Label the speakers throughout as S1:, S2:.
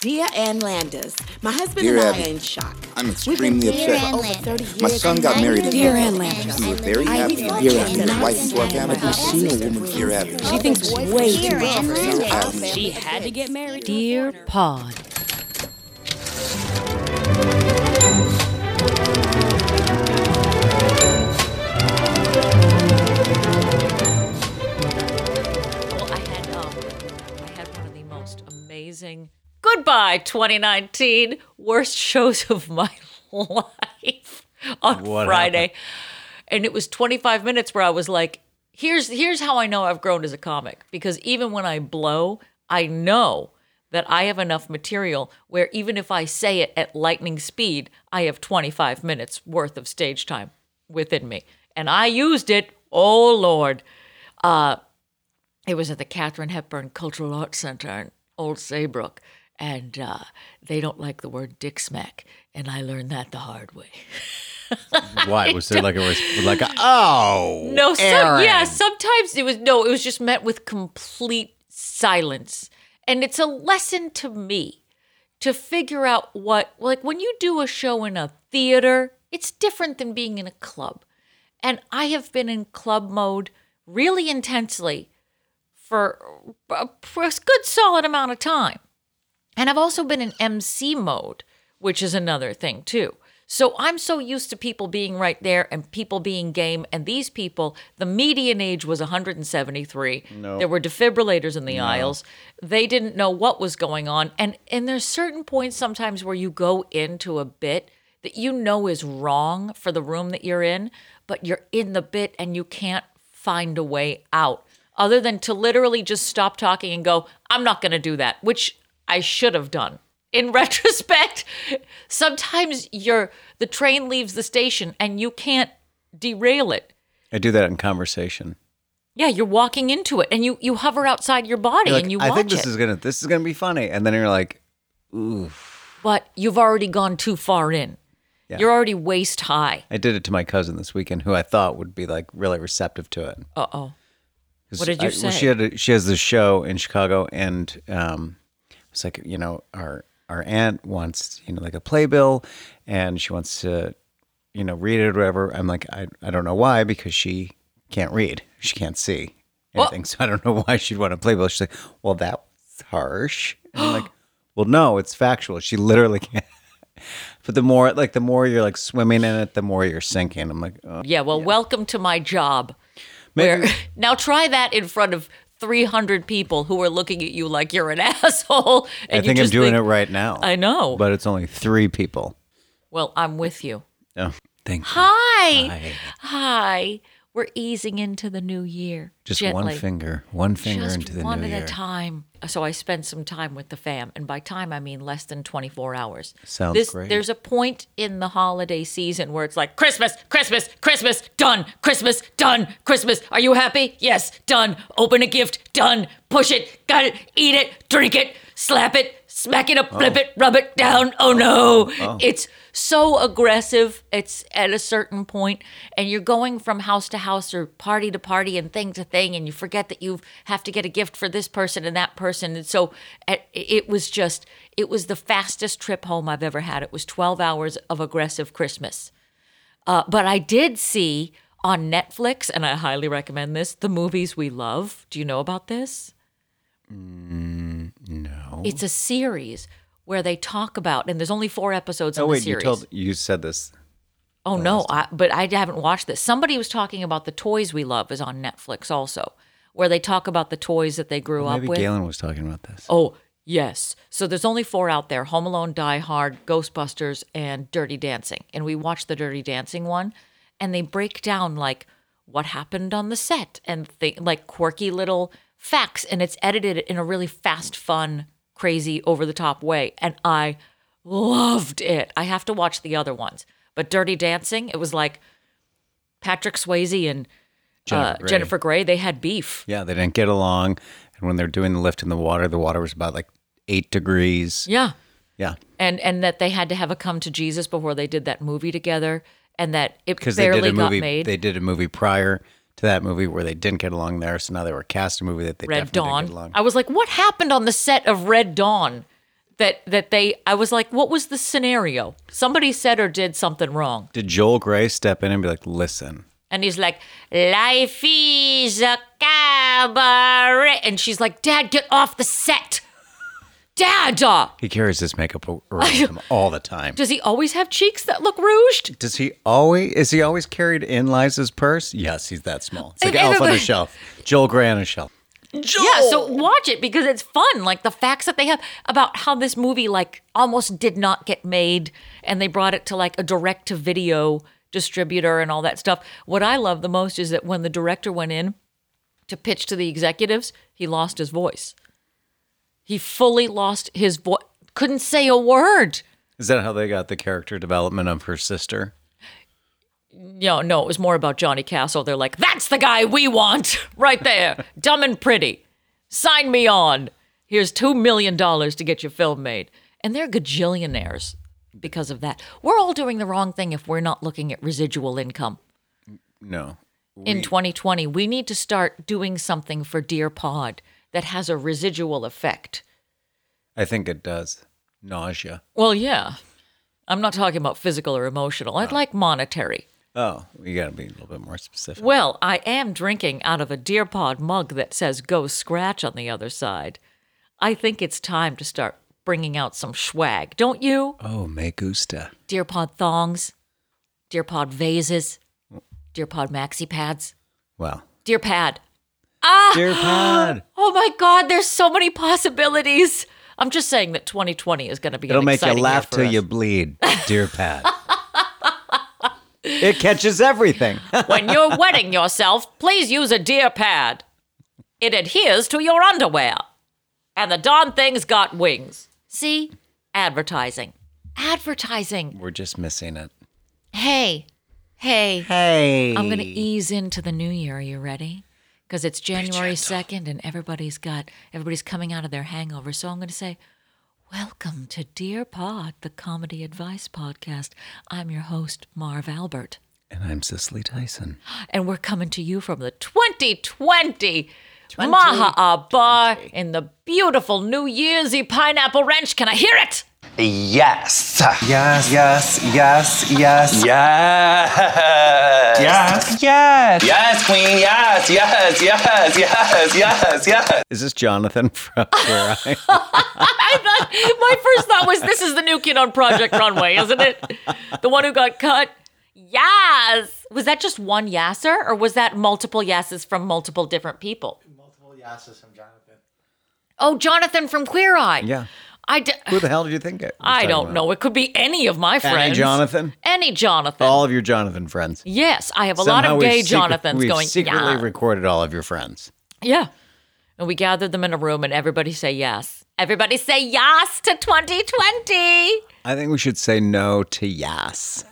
S1: Dear Ann Landis, my husband
S2: Dear
S1: and I
S2: Abby,
S1: are in shock.
S2: I'm
S1: We've been
S2: extremely
S1: together
S2: upset.
S1: for over 30 years.
S2: My son got married
S1: and-
S2: again.
S3: Dear Ann Landis.
S2: We were very
S1: I-
S2: happy and
S1: Dear
S2: attracted
S1: Ann
S2: his wife into our family.
S3: Have you seen a woman
S2: Dear Abby,
S3: She thinks way too much
S4: Ann
S3: of herself.
S4: Landis.
S5: She had to get married.
S3: Dear Pod.
S6: Well, I had um, I had one of the most amazing goodbye 2019 worst shows of my life on
S7: What
S6: Friday, and it was 25 minutes where I was like, "Here's here's how I know I've grown as a comic because even when I blow, I know." That I have enough material where even if I say it at lightning speed, I have 25 minutes worth of stage time within me. And I used it, oh Lord. Uh, it was at the Katherine Hepburn Cultural Arts Center in Old Saybrook, and uh, they don't like the word dick smack, and I learned that the hard way.
S7: Why was there like a res- like a oh
S6: No, so,
S7: Aaron.
S6: yeah, sometimes it was no, it was just met with complete silence, and it's a lesson to me to figure out what like when you do a show in a theater, it's different than being in a club, and I have been in club mode really intensely for a for a good solid amount of time. And I've also been in MC mode, which is another thing too. So I'm so used to people being right there and people being game. And these people, the median age was 173. There were defibrillators in the aisles. They didn't know what was going on. And and there's certain points sometimes where you go into a bit that you know is wrong for the room that you're in, but you're in the bit and you can't find a way out other than to literally just stop talking and go, I'm not going to do that, which I should have done. In retrospect, sometimes you're the train leaves the station and you can't derail it.
S7: I do that in conversation.
S6: Yeah, you're walking into it and you you hover outside your body
S7: You're like,
S6: and you watch
S7: I think this
S6: it.
S7: is gonna this is gonna be funny, and then you're like, oof.
S6: but you've already gone too far in.
S7: Yeah.
S6: You're already waist high.
S7: I did it to my cousin this weekend, who I thought would be like really receptive to it.
S6: Uh-oh.
S7: 'Cause
S6: What did you
S7: I-
S6: say?
S7: well, she had a, she has this show in Chicago, and um, it's like you know our our aunt wants you know like a playbill, and she wants to you know read it or whatever. I'm like I I don't know why because she can't read, she can't see
S6: Well-
S7: anything, so I don't know why she'd want a playbill. She's like, well that was harsh. And I'm like, well no, it's factual. She literally can't. But the more like the more you're like swimming in it, the more you're sinking. I'm like, oh.
S6: Yeah, well, welcome to my job.
S7: Maybe-
S6: Where now try that in front of 300 people who are looking at you like you're an asshole. And
S7: I
S6: you
S7: think I'm
S6: just
S7: doing it right now.
S6: I know.
S7: But it's only three people.
S6: Well, I'm with you.
S7: Oh, thank you.
S6: Hi.
S7: Hi.
S6: Hi. We're easing into the new year.
S7: Just
S6: gently.
S7: one finger, one finger
S6: Just
S7: into the
S6: one
S7: new
S6: at
S7: year.
S6: a time. So I spend some time with the fam, and by time I mean less than 24 hours.
S7: Sounds
S6: This-
S7: great.
S6: There's a point in the holiday season where it's like Christmas, Christmas, Christmas, done, Christmas, done, Christmas. Are you happy? Yes, done. Open a gift, done. Push it, got it, eat it, drink it, slap it, smack it up, flip it, rub it down. Oh no. It's so aggressive. It's at a certain point and you're going from house to house or party to party and thing to thing and you forget that you have to get a gift for this person and that person. And so at- it was just it was the fastest trip home I've ever had. It was 12 hours of aggressive Christmas. Uh, but I did see on Netflix, and I highly recommend this, the movies we love. Do you know about this?
S7: Mm, No.
S6: It's a series where they talk about, and there's only four episodes
S7: Oh
S6: in
S7: wait,
S6: the series.
S7: you told you said this.
S6: oh no, I, but I haven't watched this. Somebody was talking about the toys we love is on Netflix also, where they talk about the toys that they grew up
S7: Maybe
S6: with.
S7: Galen was talking about this.
S6: Oh, yes. So there's only four out there Home Alone, Die Hard, Ghostbusters, and Dirty Dancing. And we watched the Dirty Dancing one, and they break down like what happened on the set and th- like quirky little facts. And it's edited in a really fast, fun, crazy, over the top way. And I loved it. I have to watch the other ones. But Dirty Dancing, it was like Patrick Swayze and
S7: Jennifer
S6: uh,
S7: Grey.
S6: Jennifer Grey, they had beef.
S7: Yeah, they didn't get along, and when they're doing the lift in the water, the water was about like eight degrees.
S6: Yeah.
S7: Yeah,
S6: and and that they had to have a come to Jesus before they did that movie together, and that it
S7: because they
S6: barely
S7: did a
S6: got
S7: movie.
S6: made.
S7: They did a movie prior to that movie where they didn't get along there, so now they were cast in a movie that they
S6: Red
S7: definitely
S6: Dawn.
S7: didn't get along.
S6: I was like, what happened on the set of Red Dawn? that that they I was like, what was the scenario? Somebody said or did something wrong.
S7: Did Joel Gray step in and be like, listen?
S6: And he's like, Life is a cabaret. And she's like, Dad, get off the set. Dad. uh."
S7: He carries his makeup around with him all the time.
S6: Does he always have cheeks that look rouged?
S7: Does he always is he always carried in Liza's purse? Yes, he's that small. It's like
S6: And
S7: an elf on a
S6: everybody-
S7: shelf. Joel Gray on a shelf.
S6: Yeah, so watch it because it's fun. Like the facts that they have about how this movie like almost did not get made and they brought it to like a direct to video distributor and all that stuff. What I love the most is that when the director went in to pitch to the executives, he lost his voice. He fully lost his voice. Couldn't say a word.
S7: Is that how they got the character development of her sister?
S6: No, no, it was more about Johnny Castle. They're like, that's the guy we want right there. Dumb and pretty. Sign me on. Here's $2 million to get your film made. And they're gajillionaires because of that. We're all doing the wrong thing if we're not looking at residual income.
S7: No.
S6: In 2020, we need to start doing something for Dear Pod that has a residual effect.
S7: I think it does. Nausea.
S6: Well, yeah. I'm not talking about physical or emotional. I'd like monetary.
S7: Oh, you gotta be a little bit more specific.
S6: Well, I am drinking out of a deer pod mug that says go scratch on the other side. I think it's time to start bringing out some swag, don't you?
S7: Oh, me gusta.
S6: Deer pod thongs, deer pod vases, deer pod maxi pads,
S7: Well.
S6: deer pad. Ah!
S7: Dear Pod.
S6: Oh my God, there's so many possibilities. I'm just saying that 2020 is going to be
S7: It'll
S6: an
S7: make you
S6: exciting year
S7: laugh
S6: for
S7: till
S6: us.
S7: you bleed, dear Pat. it catches everything.
S6: when you're wetting yourself, please use a deer pad. It adheres to your underwear. And the darn thing's got wings. See? Advertising. Advertising.
S7: We're just missing it.
S6: Hey. Hey.
S7: Hey.
S6: I'm going to ease into the new year. Are you ready? Because it's January 2nd and everybody's got, everybody's coming out of their hangover. So I'm going to say, Welcome to Dear Pod, the comedy advice podcast. I'm your host, Marv Albert.
S7: And I'm Cicely Tyson.
S6: and we're coming to you from the 2020 Maha'a Bar in the beautiful New Year's Eve Pineapple Ranch. Can I hear it?
S2: Yes.
S4: Yes, yes, yes, yes,
S2: Yes.
S4: yes, yes.
S2: Yes, Queen. Yes, yes, yes, yes, yes, yes.
S7: Is this Jonathan from Queer Eye?
S6: I thought, my first thought was this is the new kid on Project Runway, isn't it? The one who got cut. Yes. Was that just one yasser or was that multiple yeses from multiple different people? Multiple yeses from Jonathan. Oh, Jonathan from Queer Eye.
S7: Yeah.
S6: I, d-
S7: Who the hell did you think it? was
S6: I
S7: talking
S6: don't
S7: about?
S6: know. It could be any of my friends.
S7: Any Jonathan?
S6: Any Jonathan.
S7: All of your Jonathan friends.
S6: Yes, I have a lot
S7: Somehow
S6: of
S7: we've
S6: gay
S7: secret-
S6: Jonathans
S7: we've
S6: going.
S7: secretly
S6: yeah,
S7: recorded all of your friends.
S6: yeah. And we gathered them in a room, and everybody say yes. Everybody say yes to 2020. I
S7: I think we should say no to yes.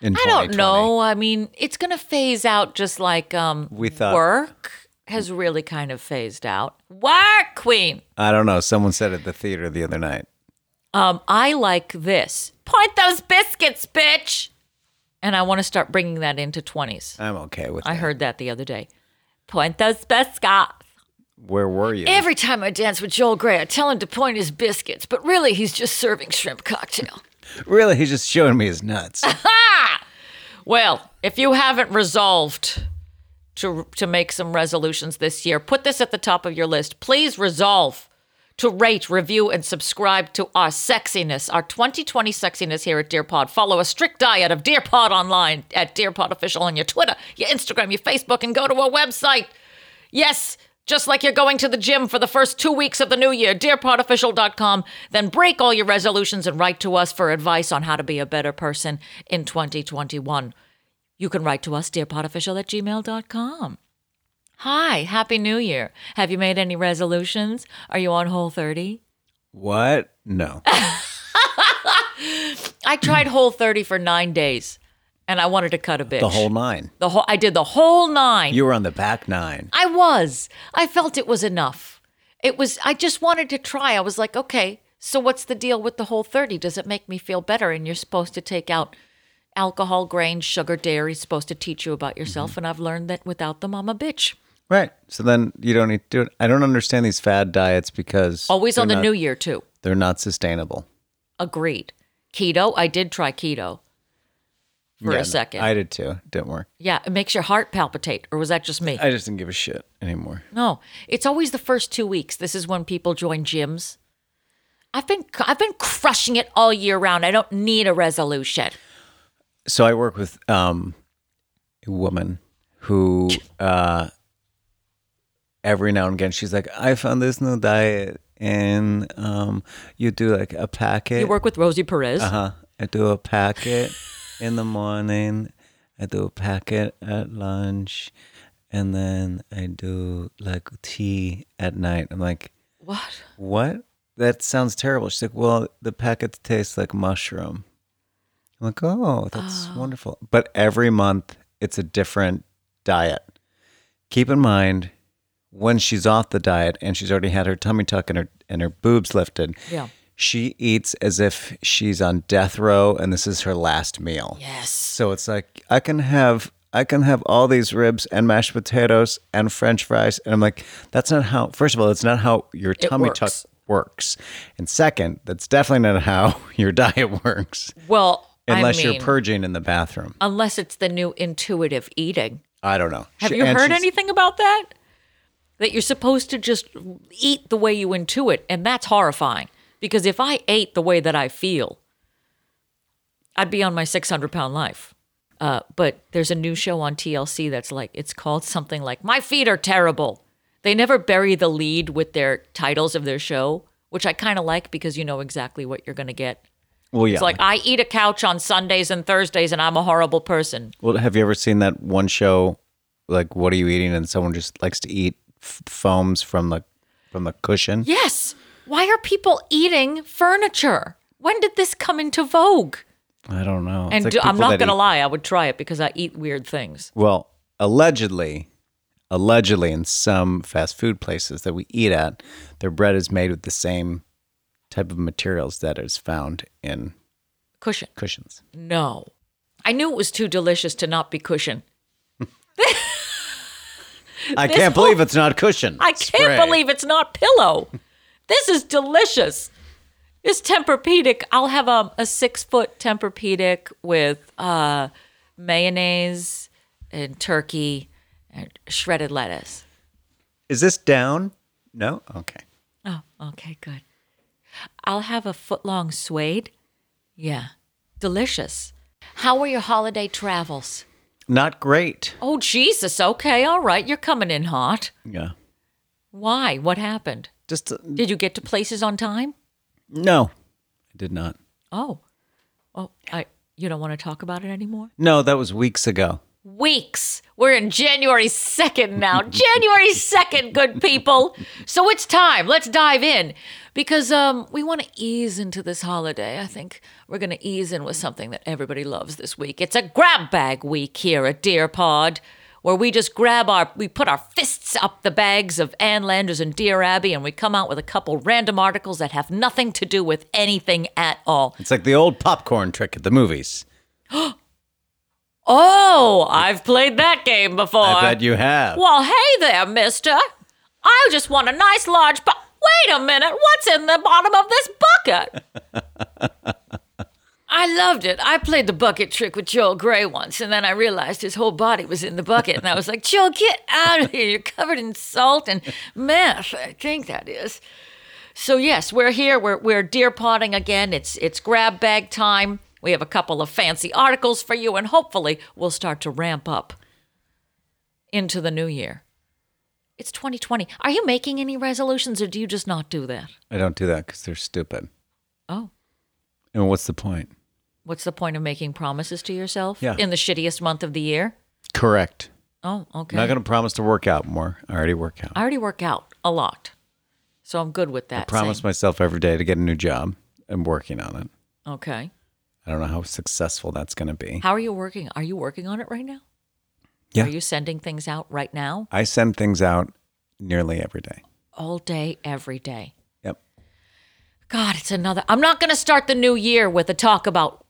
S7: In I
S6: don't know. I mean, it's going to phase out just like um,
S7: We thought-
S6: work has really kind of phased out. Work, queen.
S7: I don't know. Someone said at the theater the other night.
S6: Um, I like this. Point those biscuits, bitch. And I want to start bringing that into 20s.
S7: I'm okay with
S6: I
S7: that.
S6: heurd that the other day. Point those biscuits.
S7: Where were you?
S6: Every time I dance with Joel Gray, I tell him to point his biscuits, but really he's just serving shrimp cocktail.
S7: really, he's just showing me his nuts.
S6: well, if you haven't resolved to to make some resolutions this year, put this at the top of your list. Please resolve to rate, review, and subscribe to our sexiness, our 2020 sexiness here at Dear Pod. Follow a strict diet of Dear Pod online at Dear Pod Official on your Twitter, your Instagram, your Facebook, and go to our website. Yes, just like you're going to the gym for the first two weeks of the new year, dearpodofficial.com. Then break all your resolutions and write to us for advice on how to be a better person in 2021. You can write to us, dearpodofficial at gmail.com. Hi, Happy New Year. Have you made any resolutions? Are you on Whole 30?
S7: what? No.
S6: I tried Whole 30 for nine days and I wanted to cut a bitch.
S7: The whole nine.
S6: The whole, I did the whole nine.
S7: You were on the back nine.
S6: I was. I felt it was enough. It was, I just wanted to try. I was like, okay, so what's the deal with the whole 30? Does it make me feel better? And you're supposed to take out alcohol, grain, sugar, dairy, supposed to teach you about yourself.
S7: Mm-hmm.
S6: And I've learned that without them, I'm a bitch.
S7: Right. So then you don't need to do it. I don't understand these fad diets because
S6: Always on
S7: they're
S6: the
S7: not-
S6: new year, too.
S7: They're not sustainable.
S6: Agreed. Keto, I did try keto for
S7: Yeah, no,
S6: a second.
S7: I did too. Don't worry.
S6: yeah, it makes your heart palpitate, or was that just me?
S7: I just didn't give a shit anymore.
S6: No, it's always the first two weeks. This is when people join gyms. I've been I've been crushing it all year round. I don't need a resolution.
S7: so I work with um, a woman who uh, every now and again she's like, I found this new diet, and um, you do like a packet.
S6: You work with Rosie Perez.
S7: Uh-huh. I do a packet in the morning. I do a packet at lunch, and then I do like tea at night. I'm like,
S6: What?
S7: what? That sounds terrible. She's like, well, the packets taste like mushroom. I'm like, oh, that's wonderful. But every month it's a different diet. Keep in mind when she's off the diet and she's already had her tummy tuck and her and her boobs lifted.
S6: Yeah.
S7: She eats as if she's on death row and this is her last meal.
S6: Yes.
S7: So it's like I can have I can have all these ribs and mashed potatoes and French fries, and I'm like, that's not how. First of all, that's not how your tummy tuck
S6: works.
S7: works, and second, that's definitely not how your diet works
S6: Well,
S7: unless
S6: I
S7: you're
S6: mean,
S7: purging in the bathroom.
S6: unless it's the new intuitive eating.
S7: I don't know.
S6: Have
S7: She-
S6: you
S7: and
S6: heard
S7: she's-
S6: anything about that? That you're supposed to just eat the way you intuit, and that's horrifying. Because if I ate the way that I feel, I'd be on my 600 pound life. Uh, but there's a new show on TLC that's like it's called something like "My Feet Are Terrible." They never bury the lead with their titles of their show, which I kind of like because you know exactly what you're gonna get.
S7: Well, yeah.
S6: It's like uh I eat a couch on Sundays and Thursdays, and I'm a horrible person.
S7: well, have you ever seen that one show? Like, what are you eating? And someone just likes to eat f- foams from the from the cushion.
S6: Yes. Why are people eating furniture? When did this come into vogue?
S7: I don't know. It's
S6: And
S7: like
S6: do, I'm
S7: people
S6: not
S7: that
S6: going to
S7: eat-
S6: lie, I would try it because I eat weird things.
S7: Well, allegedly, allegedly, in some fast food places that we eat at, their bread is made with the same type of materials that is found in
S6: Cushion.
S7: cushions.
S6: No. I knew it was too delicious to not be cushion.
S7: I can't believe it's not cushion.
S6: I can't believe it's not pillow. this is delicious. This Tempur-Pedic, I'll have um, a six foot Tempur-Pedic with uh, mayonnaise and turkey and shredded lettuce.
S7: Is this down? No. Okay.
S6: Oh, okay, good. I'll have a foot long suede. Yeah, delicious. How were your holiday travels?
S7: Not great.
S6: Oh, Jesus. Okay, all right. You're coming in hot.
S7: Yeah.
S6: Why? What happened?
S7: Just uh,
S6: Did you get to places on time?
S7: no. I did not.
S6: Oh, oh, I. You don't want to talk about it anymore?
S7: No, that was weeks ago.
S6: Weeks. We're in January 2nd now. January 2nd, good people. So it's time. Let's dive in because um, we want to ease into this holiday. I think we're going to ease in with something that everybody loves this week. It's a grab bag week here at Deer Pod where we just grab our, we put our fists up the bags of Ann Landers and Dear Abby and we come out with a couple random articles that have nothing to do with anything at all.
S7: It's like the old popcorn trick at the movies.
S6: Oh, I've played that game before.
S7: I bet you have.
S6: Well, hey there, mister. I just want a nice large bu- Wait a minute, what's in the bottom of this bucket? I loved it. I played the bucket trick with Joel Gray once, and then I realized his whole body was in the bucket, and I was like, Joel, get out of here. You're covered in salt and meth, I think that is. So yes, we're here. We're we're deer potting again. It's it's grab bag time. We have a couple of fancy articles for you, and hopefully we'll start to ramp up into the new year. It's 2020. Are you making any resolutions or do you just not do that?
S7: I don't do that because they're stupid.
S6: Oh,
S7: And what's the point?
S6: what's the point of making promises to yourself
S7: Yeah.
S6: in the shittiest month of the year?
S7: Correct.
S6: Oh, okay.
S7: I'm not going to promise to work out more. I already work out.
S6: I already work out a lot. So I'm good with that.
S7: I promise
S6: saying.
S7: myself every day to get a new job. I'm working on it.
S6: Okay.
S7: I don't know how successful that's going to be.
S6: How are you working? Are you working on it right now?
S7: Yeah.
S6: Are you sending things out right now?
S7: I send things out nearly every day.
S6: All day, every day.
S7: Yep.
S6: God, it's another. I'm not going to start the new year with a talk about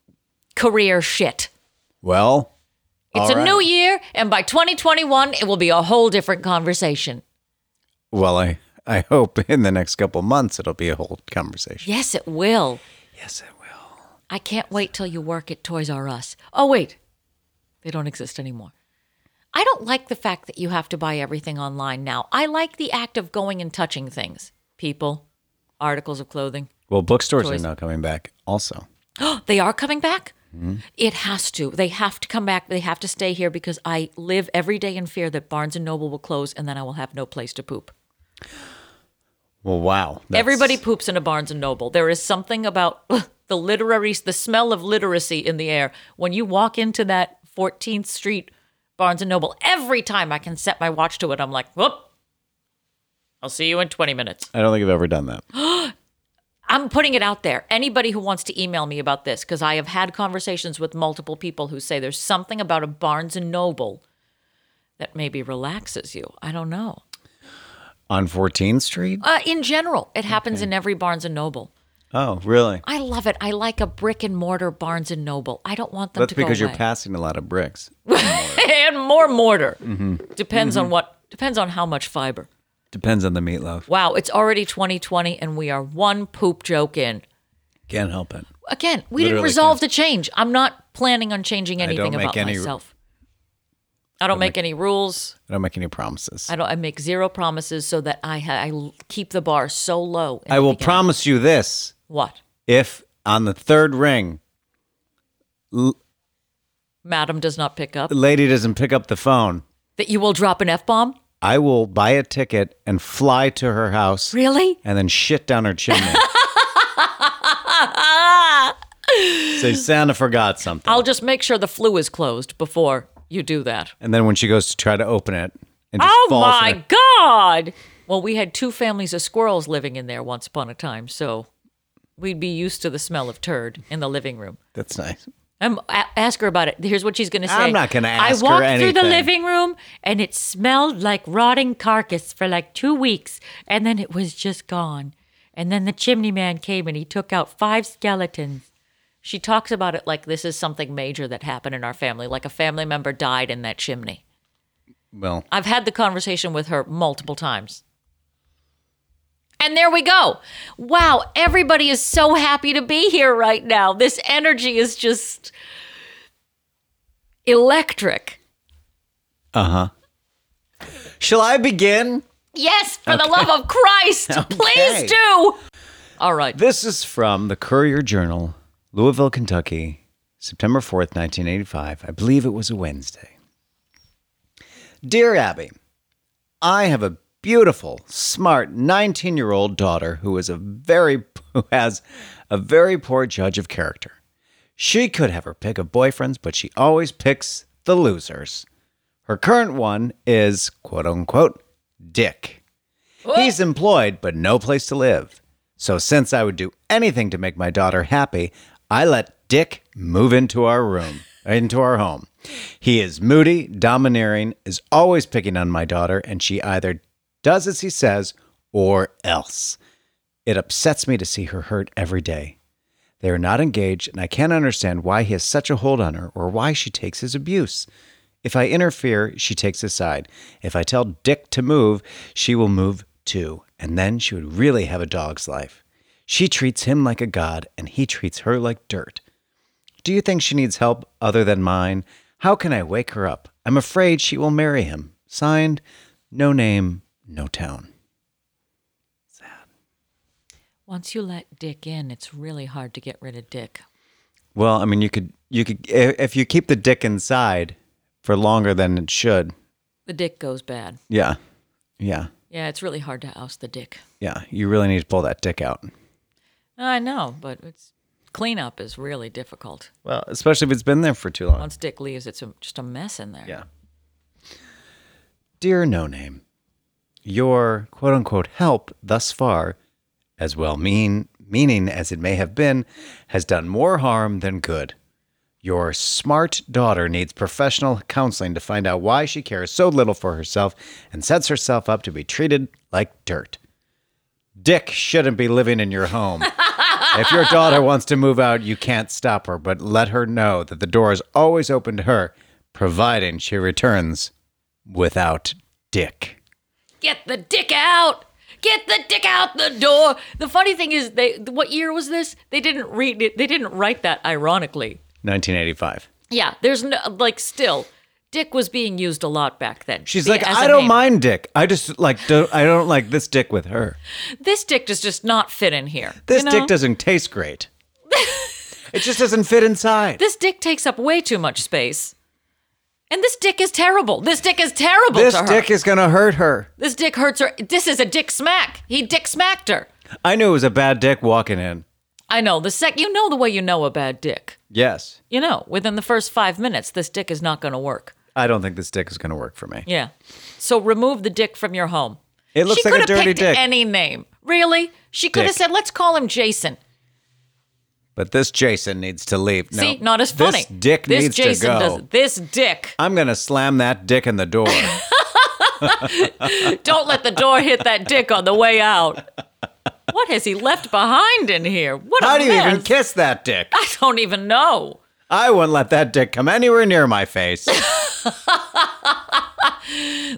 S6: career shit.
S7: Well,
S6: It's
S7: All
S6: a
S7: right.
S6: new year, and by 2021, it will be a whole different conversation.
S7: well, I I hope in the next couple months it'll be a whole conversation.
S6: Yes, it will.
S7: Yes, it will.
S6: I can't wait till you work at Toys R Us. Oh, wait, they don't exist anymore. I don't like the fact that you have to buy everything online now. I like the act of going and touching things, people, articles of clothing.
S7: Well, bookstores
S6: Toys.
S7: are now coming back also.
S6: They are coming back?
S7: Mm-hmm.
S6: It has to. They have to come back. They have to stay here because I live every day in fear that Barnes and Noble will close and then I will have no place to poop.
S7: Well, wow. That's-
S6: Everybody poops in a Barnes and Noble. There is something about the literary, the smell of literacy in the air when you walk into that 14th Street Barnes and Noble. Every time I can set my watch to it, I'm like, whoop. I'll see you in 20 minutes.
S7: I don't think I've ever done that.
S6: I'm putting it out there. Anybody who wants to email me about this, because I have had conversations with multiple people who say there's something about a Barnes and Noble that maybe relaxes you. I don't know.
S7: On 14th Street?
S6: Uh, in general, it happens in every Barnes and Noble.
S7: Oh, really?
S6: I love it. I like a brick and mortar Barnes and Noble. I don't want them
S7: That's
S6: to go
S7: because you're
S6: away.
S7: passing a lot of bricks.
S6: and more mortar.
S7: Mm-hmm.
S6: Depends on what. Depends on how much fiber.
S7: Depends on the meatloaf.
S6: Wow, it's already 2020, and we are one poop joke in.
S7: Can't help it.
S6: Again, we didn't
S7: Literally
S6: resolve the change. I'm not planning on changing anything
S7: don't make
S6: about
S7: any-
S6: myself. I don't make any rules.
S7: I don't make any promises.
S6: I don't. I make zero promises so that I ha- I l- keep the bar so low. in
S7: I
S6: the
S7: will
S6: beginning.
S7: promise you this.
S6: What,
S7: If on the third ring, l-
S6: Madam does not pick up
S7: the lady doesn't pick up the phone,
S6: that you will drop an f bomb.
S7: I will buy a ticket and fly to her house
S6: Really?
S7: and then shit down her chimney. Say Santa forgot something.
S6: I'll just make sure the flu is closed before you do that.
S7: and then when she goes to try to open it, and just
S6: Oh
S7: falls in
S6: my
S7: it.
S6: God. Well, we had two families of squirrels living in there once upon a time, so we'd be used to the smell of turd in the living room.
S7: That's nice.
S6: Um, a- ask her about it. Here's what she's going to say.
S7: I'm not gonna ask her
S6: I walked through the
S7: anything.
S6: living room and it smelled like rotting carcass for like two weeks, and then it was just gone. And then the chimney man came and he took out five skeletons. She talks about it like this is something major that happened in our family, like a family member died in that chimney.
S7: Well,
S6: I've had the conversation with her multiple times. And there we go. Wow, everybody is so happy to be here right now. This energy is just electric.
S7: uh-huh. shall I begin?
S6: Yes, for the love of Christ, please do. All right.
S7: This is from the Courier Journal, Louisville, Kentucky, September 4th, 1985. I believe it was a Wednesday. Dear Abby, I have a beautiful, smart 19 year old daughter who is a very who has a very poor judge of character. She could have her pick of boyfriends, but she always picks the losers. Her current one is quote unquote Dick. He's employed, but no place to live. So, since I would do anything to make my daughter happy, I let Dick move into our room, into our home. He is moody, domineering, is always picking on my daughter, and she either does as he says or else. It upsets me to see her hurt every day. They are not engaged, and I can't understand why he has such a hold on her or why she takes his abuse. If I interfere, she takes his side. If I tell Dick to move, she will move too, and then she would really have a dog's life. She treats him like a god, and he treats her like dirt. Do you think she needs help other than mine? How can I wake her up? I'm afraid she will marry him. Signed, no name, no town.
S6: Once you let Dick in, it's really hard to get rid of Dick.
S7: Well, I mean, you could, you could, i- if you keep the dick inside for longer than it should,
S6: The Dick goes bad.
S7: yeah, yeah,
S6: Yeah, it's really hard to oust the Dick.
S7: yeah, you really need to pull that dick out.
S6: I know, but it's cleanup is really difficult.
S7: Well, especially if it's been there for too long.
S6: Once Dick leaves, it's a, just a mess in there.
S7: Yeah. Dear No Name, your quote unquote help thus far, as well mean meaning as it may have been, has done more harm than good. Your smart daughter needs professional counseling to find out why she cares so little for herself and sets herself up to be treated like dirt. Dick shouldn't be living in your home. if your daughter wants to move out, you can't stop her, but let her know that the door is always open to her, providing she returns without Dick.
S6: Get the dick out. Get the dick out the door. The funny thing is, they what year was this? They didn't read it. They didn't write that ironically.
S7: 1985.
S6: Yeah, there's no like still, dick was being used a lot back then.
S7: She's
S6: The-
S7: like,
S6: as a
S7: I don't
S6: name.
S7: mind dick. I just like don't, I don't like this dick with her.
S6: This dick does just not fit in here.
S7: This
S6: you know?
S7: dick doesn't taste great. it just doesn't fit inside.
S6: This dick takes up way too much space. And this dick is terrible. This dick is terrible
S7: This
S6: to her.
S7: dick is gonna hurt her.
S6: this dick hurts her. This is a dick smack. He dick smacked her.
S7: I knew it was a bad dick walking in.
S6: I know. The sec you know the way you know a bad dick.
S7: Yes.
S6: You know, within the first five minutes, this dick is not going to work.
S7: I don't think this dick is gonna work for me.
S6: Yeah. So remove the dick from your home.
S7: It looks
S6: she
S7: like a
S6: could have
S7: dirty
S6: picked
S7: dick.
S6: Any name, really? She could
S7: Dick.
S6: have said, "Let's call him Jason."
S7: But this Jason needs to leave. No,
S6: See, not as funny.
S7: This dick
S6: this
S7: needs
S6: Jason
S7: to go.
S6: Does, this dick.
S7: I'm gonna slam that dick in the door.
S6: Don't let the door hit that dick on the way out. What has he left behind in here? What
S7: How
S6: a
S7: do you
S6: mess.
S7: even kiss that dick?
S6: I don't even know.
S7: I wouldn't let that dick come anywhere near my face.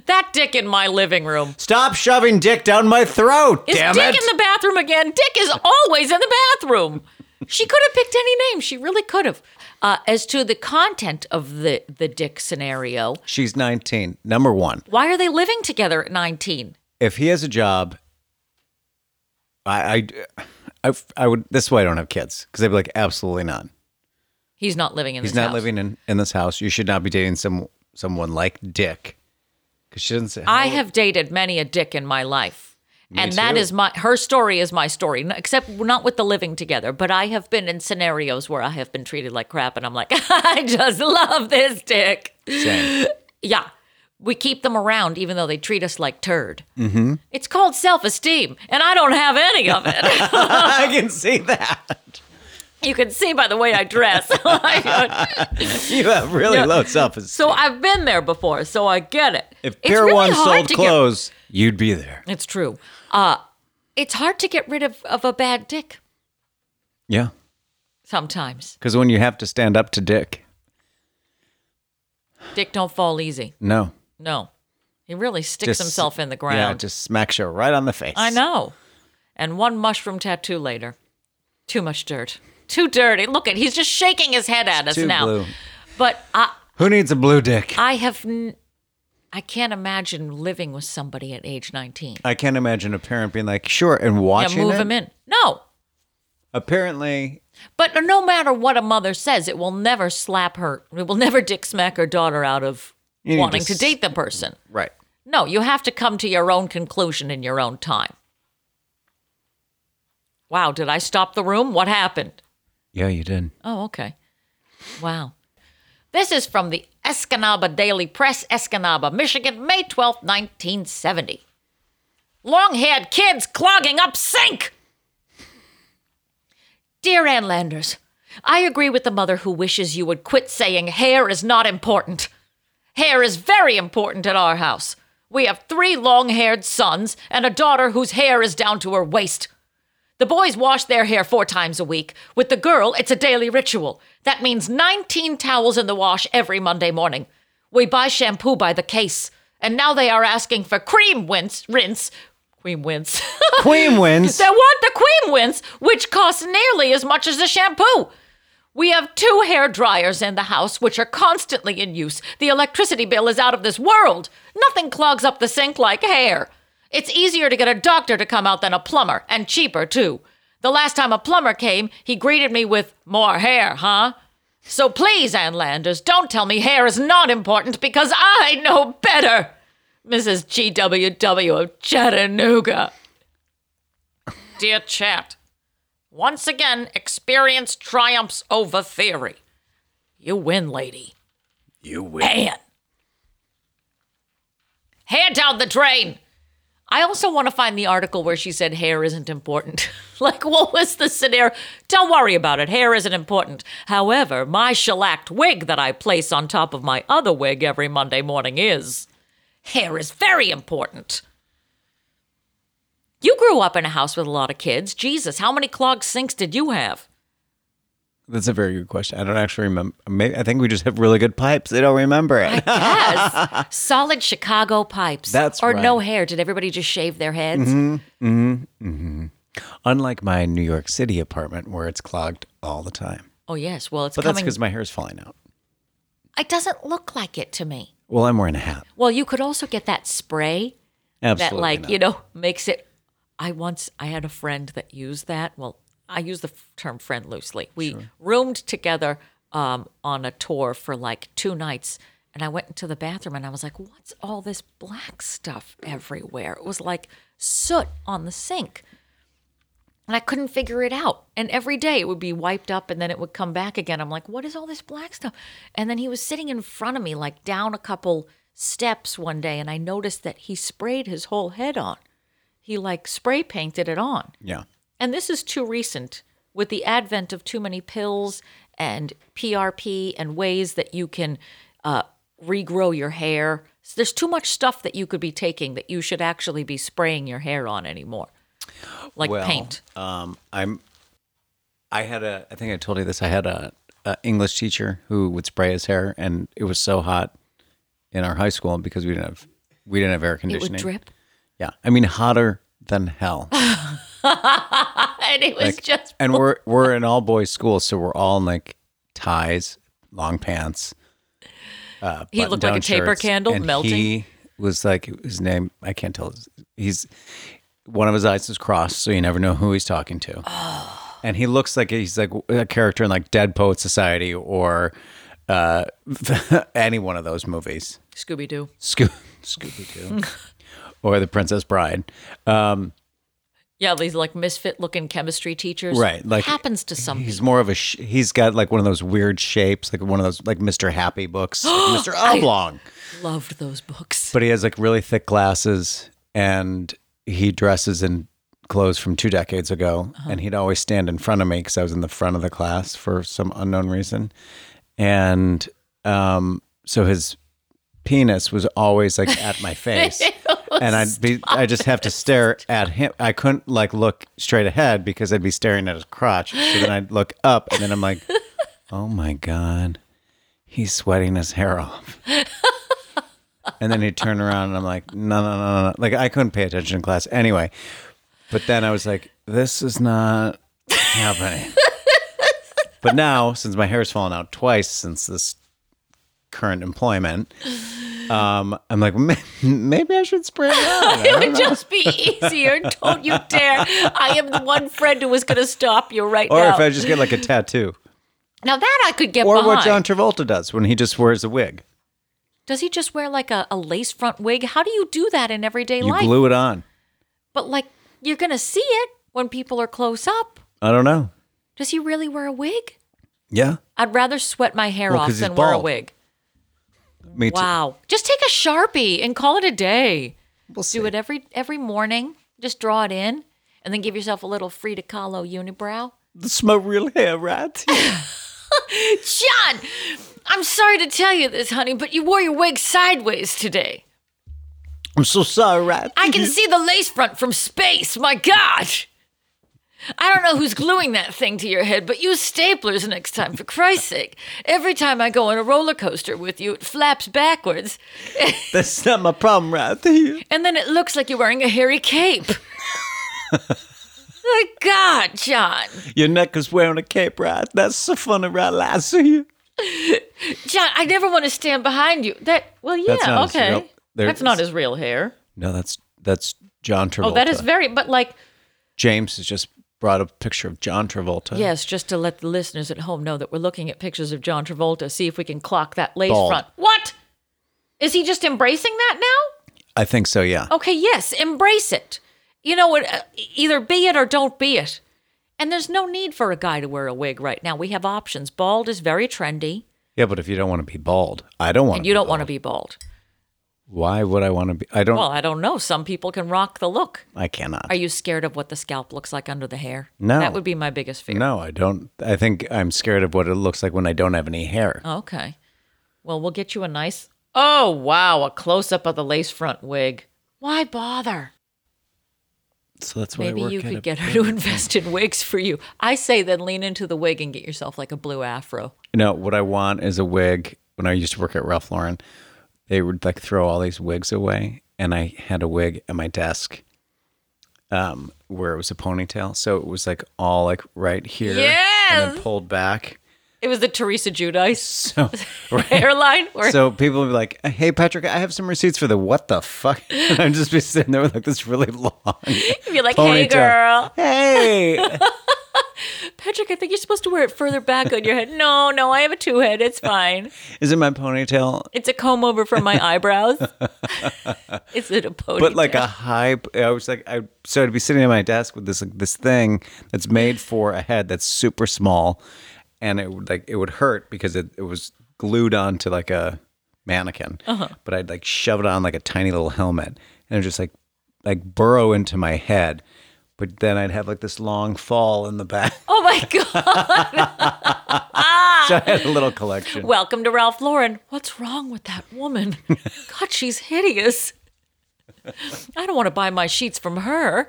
S6: That dick in my living room.
S7: Stop shoving dick down my throat,
S6: Is
S7: damn
S6: Dick
S7: it.
S6: in the bathroom again? Dick is always in the bathroom. She could have picked any name. She really could have. Uh, as to the content of the the Dick scenario,
S7: She's 19. Number one.
S6: why are they living together at 19?
S7: if he has a job, I, I, I, I would. This is why I don't have kids because I'd be like, absolutely not.
S6: He's not living in
S7: He's
S6: this
S7: not
S6: house.
S7: living in in this house. You should not be dating some someone like Dick, because she doesn't say.
S6: I have dated many a dick in my life. and that
S7: too.
S6: is my her story is my story, n- except not with the living together. But I have been in scenarios where I have been treated like crap, and I'm like, I just love this dick.
S7: Same.
S6: Yeah, we keep them around even though they treat us like turd. Mm-hmm. It's called self esteem, and I don't have any of it.
S7: I can see that
S6: you can see by the way I dress.
S7: you have really low self esteem.
S6: so I've been there before, so I get it.
S7: if
S6: It's
S7: Pier
S6: really
S7: One
S6: hard
S7: sold
S6: to get-
S7: clothes, you'd be there.
S6: It's true. Uh, it's hard to get rid of, of a bad dick
S7: Yeah,
S6: sometimes.
S7: because when you have to stand up to Dick,
S6: Dick don't fall easy.
S7: no,
S6: No. He really sticks
S7: Just-
S6: himself in the
S7: yeah,
S6: ground.
S7: just smacks you right on the face.
S6: I know. And one mushroom tattoo later. Too much dirt. Too dirty. Look at he's just shaking his head at us
S7: Too
S6: now.
S7: blue.
S6: But I
S7: Who needs a blue dick?
S6: I have n- I can't imagine living with somebody at age 19.
S7: I can't imagine a parent being like, sure, and
S6: Yeah,
S7: watching
S6: move
S7: it.
S6: him in. No.
S7: Apparently,
S6: But no matter what a mother says, it will never slap her. It will never dick smack her daughter out of
S7: need
S6: wanting
S7: to
S6: to
S7: s-
S6: date the person.
S7: right.
S6: No, you have to come to your own conclusion in your own time. Wow, did I stop the room? What happened?
S7: Yeah, you did.
S6: Oh, okay. Wow. This is from the Escanaba Daily Press, Escanaba, Michigan, May twelfth, 1970. Long haired kids clogging up sink! Dear Ann Landers, I agree with the mother who wishes you would quit saying hair is not important. Hair is very important at our house. We have three long haired sons and a daughter whose hair is down to her waist. The boys wash their hair four times a week. With the girl, it's a daily ritual. That means 19 towels in the wash every Monday morning. We buy shampoo by the case, and now they are asking for cream rinse. rinse cream rinse.
S7: Queen wins.
S6: They want the cream rinse, which costs nearly as much as the shampoo. We have two hair dryers in the house, which are constantly in use. The electricity bill is out of this world. Nothing clogs up the sink like hair. It's easier to get a doctor to come out than a plumber, and cheaper too. The last time a plumber came, he greeted me with, More hair, huh? So please, Ann Landers, don't tell me hair is not important because I know better. Mrs. GWW of Chattanooga. Dear chat, once again, experience triumphs over theory. You win, lady.
S7: You win.
S6: Man. Hair down the drain. I also want to find the article where she said hair isn't important. like, what was the scenario? Don't worry about it. Hair isn't important. However, my shellacked wig that I place on top of my other wig every Monday morning is. Hair is very important. You grew up in a house with a lot of kids. Jesus, how many clogged sinks did you have?
S7: That's a very good question. I don't actually remember. Maybe I think we just have really good pipes. They don't remember it.
S6: Yes. Solid Chicago pipes.
S7: That's
S6: Or no
S7: right. Mm-hmm.
S6: hair. Did everybody just shave their heads?
S7: Unlike my New York City apartment where it's clogged all the time.
S6: Oh, yes. Well, it's
S7: But that's
S6: coming.
S7: because my hair's falling out.
S6: it doesn't look like it to me.
S7: Well, I'm wearing a hat.
S6: Well, you could also get that spray
S7: Absolutely.
S6: that, like,
S7: not.
S6: you know, makes it. I once, I had a friend that used that. Well, I use the f- term friend loosely. We roomed together um, on a tour for like two nights. And I went into the bathroom and I was like, what's all this black stuff everywhere? It was like soot on the sink. And I couldn't figure it out. And every day it would be wiped up and then it would come back again. I'm like, what is all this black stuff? And then he was sitting in front of me, like down a couple steps one day. And I noticed that he sprayed his whole head on. He like spray painted it on.
S7: Yeah.
S6: And this is too recent with the advent of too many pills and PRP and ways that you can uh, regrow your hair. So there's too much stuff that you could be taking that you should actually be spraying your hair on anymore, like
S7: well,
S6: paint.
S7: Um, I'm. I had a. I think I told you this. I had a, a English teacher who would spray his hair, and it was so hot in our high school because we didn't have we didn't have air
S6: It
S7: conditioning.
S6: would drip.
S7: Yeah, I mean hotter than hell.
S6: And it was
S7: Like,
S6: just
S7: and we're we're an all boys school, so we're all in like ties, long pants. Uh,
S6: He looked like a
S7: button-down
S6: taper
S7: shirts,
S6: candle
S7: and
S6: melting.
S7: He was like his name. I can't tell. his- He's one of his eyes is crossed, so you never know who he's talking to.
S6: Oh.
S7: And he looks like he's like a character in like Dead Poet Society or uh, any one of those movies.
S6: Scooby Doo.
S7: Sco- Scooby Doo or The Princess Bride. Um,
S6: Yeah, these like misfit looking chemistry teachers.
S7: Right, like-
S6: happens to some.
S7: He's
S6: people.
S7: more of a. Sh- he's got like one of those weird shapes, like one of those like Mr. Happy books, like Mr. Oblong.
S6: Loved those books.
S7: But he has like really thick glasses, and he dresses in clothes from two decades ago. And he'd always stand in front of me because I was in the front of the class for some unknown reason, and um, so his penis was always like at my face. And I'd be, I just have to stare at him. I couldn't like look straight ahead because I'd be staring at his crotch. So then I'd look up and then I'm like, oh my God, he's sweating his hair off. and then he'd turn around and I'm like, no, no, no, no, no. Like I couldn't pay attention in class anyway. But then I was like, this is not happening. but now, since my hair's fallen out twice since this current employment, um, I'm like, "Ma- maybe I should spray it out. I don't
S6: It would just be easier. Don't you dare! I am the one friend who was going to stop you right
S7: Or
S6: now.
S7: if I just get like a tattoo,
S6: now that I could get
S7: or
S6: behind.
S7: what John Travolta does when he just wears a wig.
S6: Does he just wear like a, a lace front wig? How do you do that in everyday
S7: You
S6: life?
S7: glue it on.
S6: but like, you're going to see it when people are close up.
S7: I don't know.
S6: Does he really wear a wig?
S7: Yeah,
S6: I'd rather sweat my hair
S7: Well,
S6: off
S7: 'cause he's
S6: than wear a
S7: bald.
S6: wig.
S7: me too.
S6: Wow. Just take a Sharpie and call it a day.
S7: We'll see.
S6: Do it every every morning. Just draw it in and then give yourself a little Frida Kahlo unibrow.
S7: It's my real hair, right?
S6: John, I'm sorry to tell you this, honey, but you wore your wig sideways today.
S7: I'm so sorry, right?
S6: I can see the lace front from space. My God. I don't know who's gluing that thing to your head, but use staplers next time, for Christ's sake. Every time I go on a roller coaster with you, it flaps backwards,
S7: That's not my problem, right?
S6: and then it looks like you're wearing a hairy cape. My God, John.
S7: Your neck is wearing a cape, right? That's so funny, right? I see you.
S6: John, I never want to stand behind you. That well, yeah,
S7: That's not his
S6: okay.
S7: real- there-
S6: That's not his real hair.
S7: No, that's that's John Travolta.
S6: Oh, that is very. But like,
S7: James has just brought a picture of John Travolta.
S6: yes, just to let the listeners at home know that we're looking at pictures of John Travolta. See if we can clock that lace
S7: Bald.
S6: front. What? Is he just embracing that now?
S7: I think so. Yeah.
S6: Okay, yes, embrace it. You know what? uh, Either be it or don't be it. And there's no need for a guy to wear a wig right now. We have options. Bald is very trendy,
S7: Yeah, but if you don't want to be bald, I don't want.
S6: and you don't want to be bald.
S7: Why would I want to be? I don't.
S6: Well, I don't know. Some people can rock the look.
S7: I cannot.
S6: Are you scared of what the scalp looks like under the hair?
S7: No.
S6: That would be my biggest fear.
S7: no, I don't. I think I'm scared of what it looks like when I don't have any hair.
S6: Okay. Well, we'll get you a nice. Oh, wow. A close up of the lace front wig. Why bother?
S7: So that's why I
S6: Maybe
S7: work
S6: you
S7: at a
S6: could get her to invest in wigs for you. I say then lean into the wig and get yourself like a blue afro.
S7: No, what I want is a wig. When I used to work at Ralph Lauren, they would like throw all these wigs away, and I had a wig at my desk, um, where it was a ponytail, so it was like all like right here, and
S6: Yes!
S7: then pulled back.
S6: It was the Teresa Judice
S7: So, right.
S6: hairline. Where
S7: so people would be like, "Hey, Patrick, I have some receipts for the what the fuck?" And I'm just be sitting there with like this really long.
S6: you're like, hey,
S7: ponytail.
S6: girl.
S7: Hey,
S6: Patrick, I think you're supposed to wear it further back on your head. No, no, I have a two head. It's fine.
S7: is it my ponytail?
S6: It's a comb over from my eyebrows. Is it a ponytail?
S7: but like a high i was like i so i'd be sitting at my desk with this like this thing that's made for a head that's super small and it would like it would hurt because it, it was glued onto like a mannequin but i'd like shove it on like a tiny little helmet and it just like like burrow into my head but then i'd have like this long fall in the back
S6: oh my god!
S7: so i had a little collection
S6: Welcome to Ralph Lauren. What's wrong with that woman? God, she's hideous. I don't want to buy my sheets from her.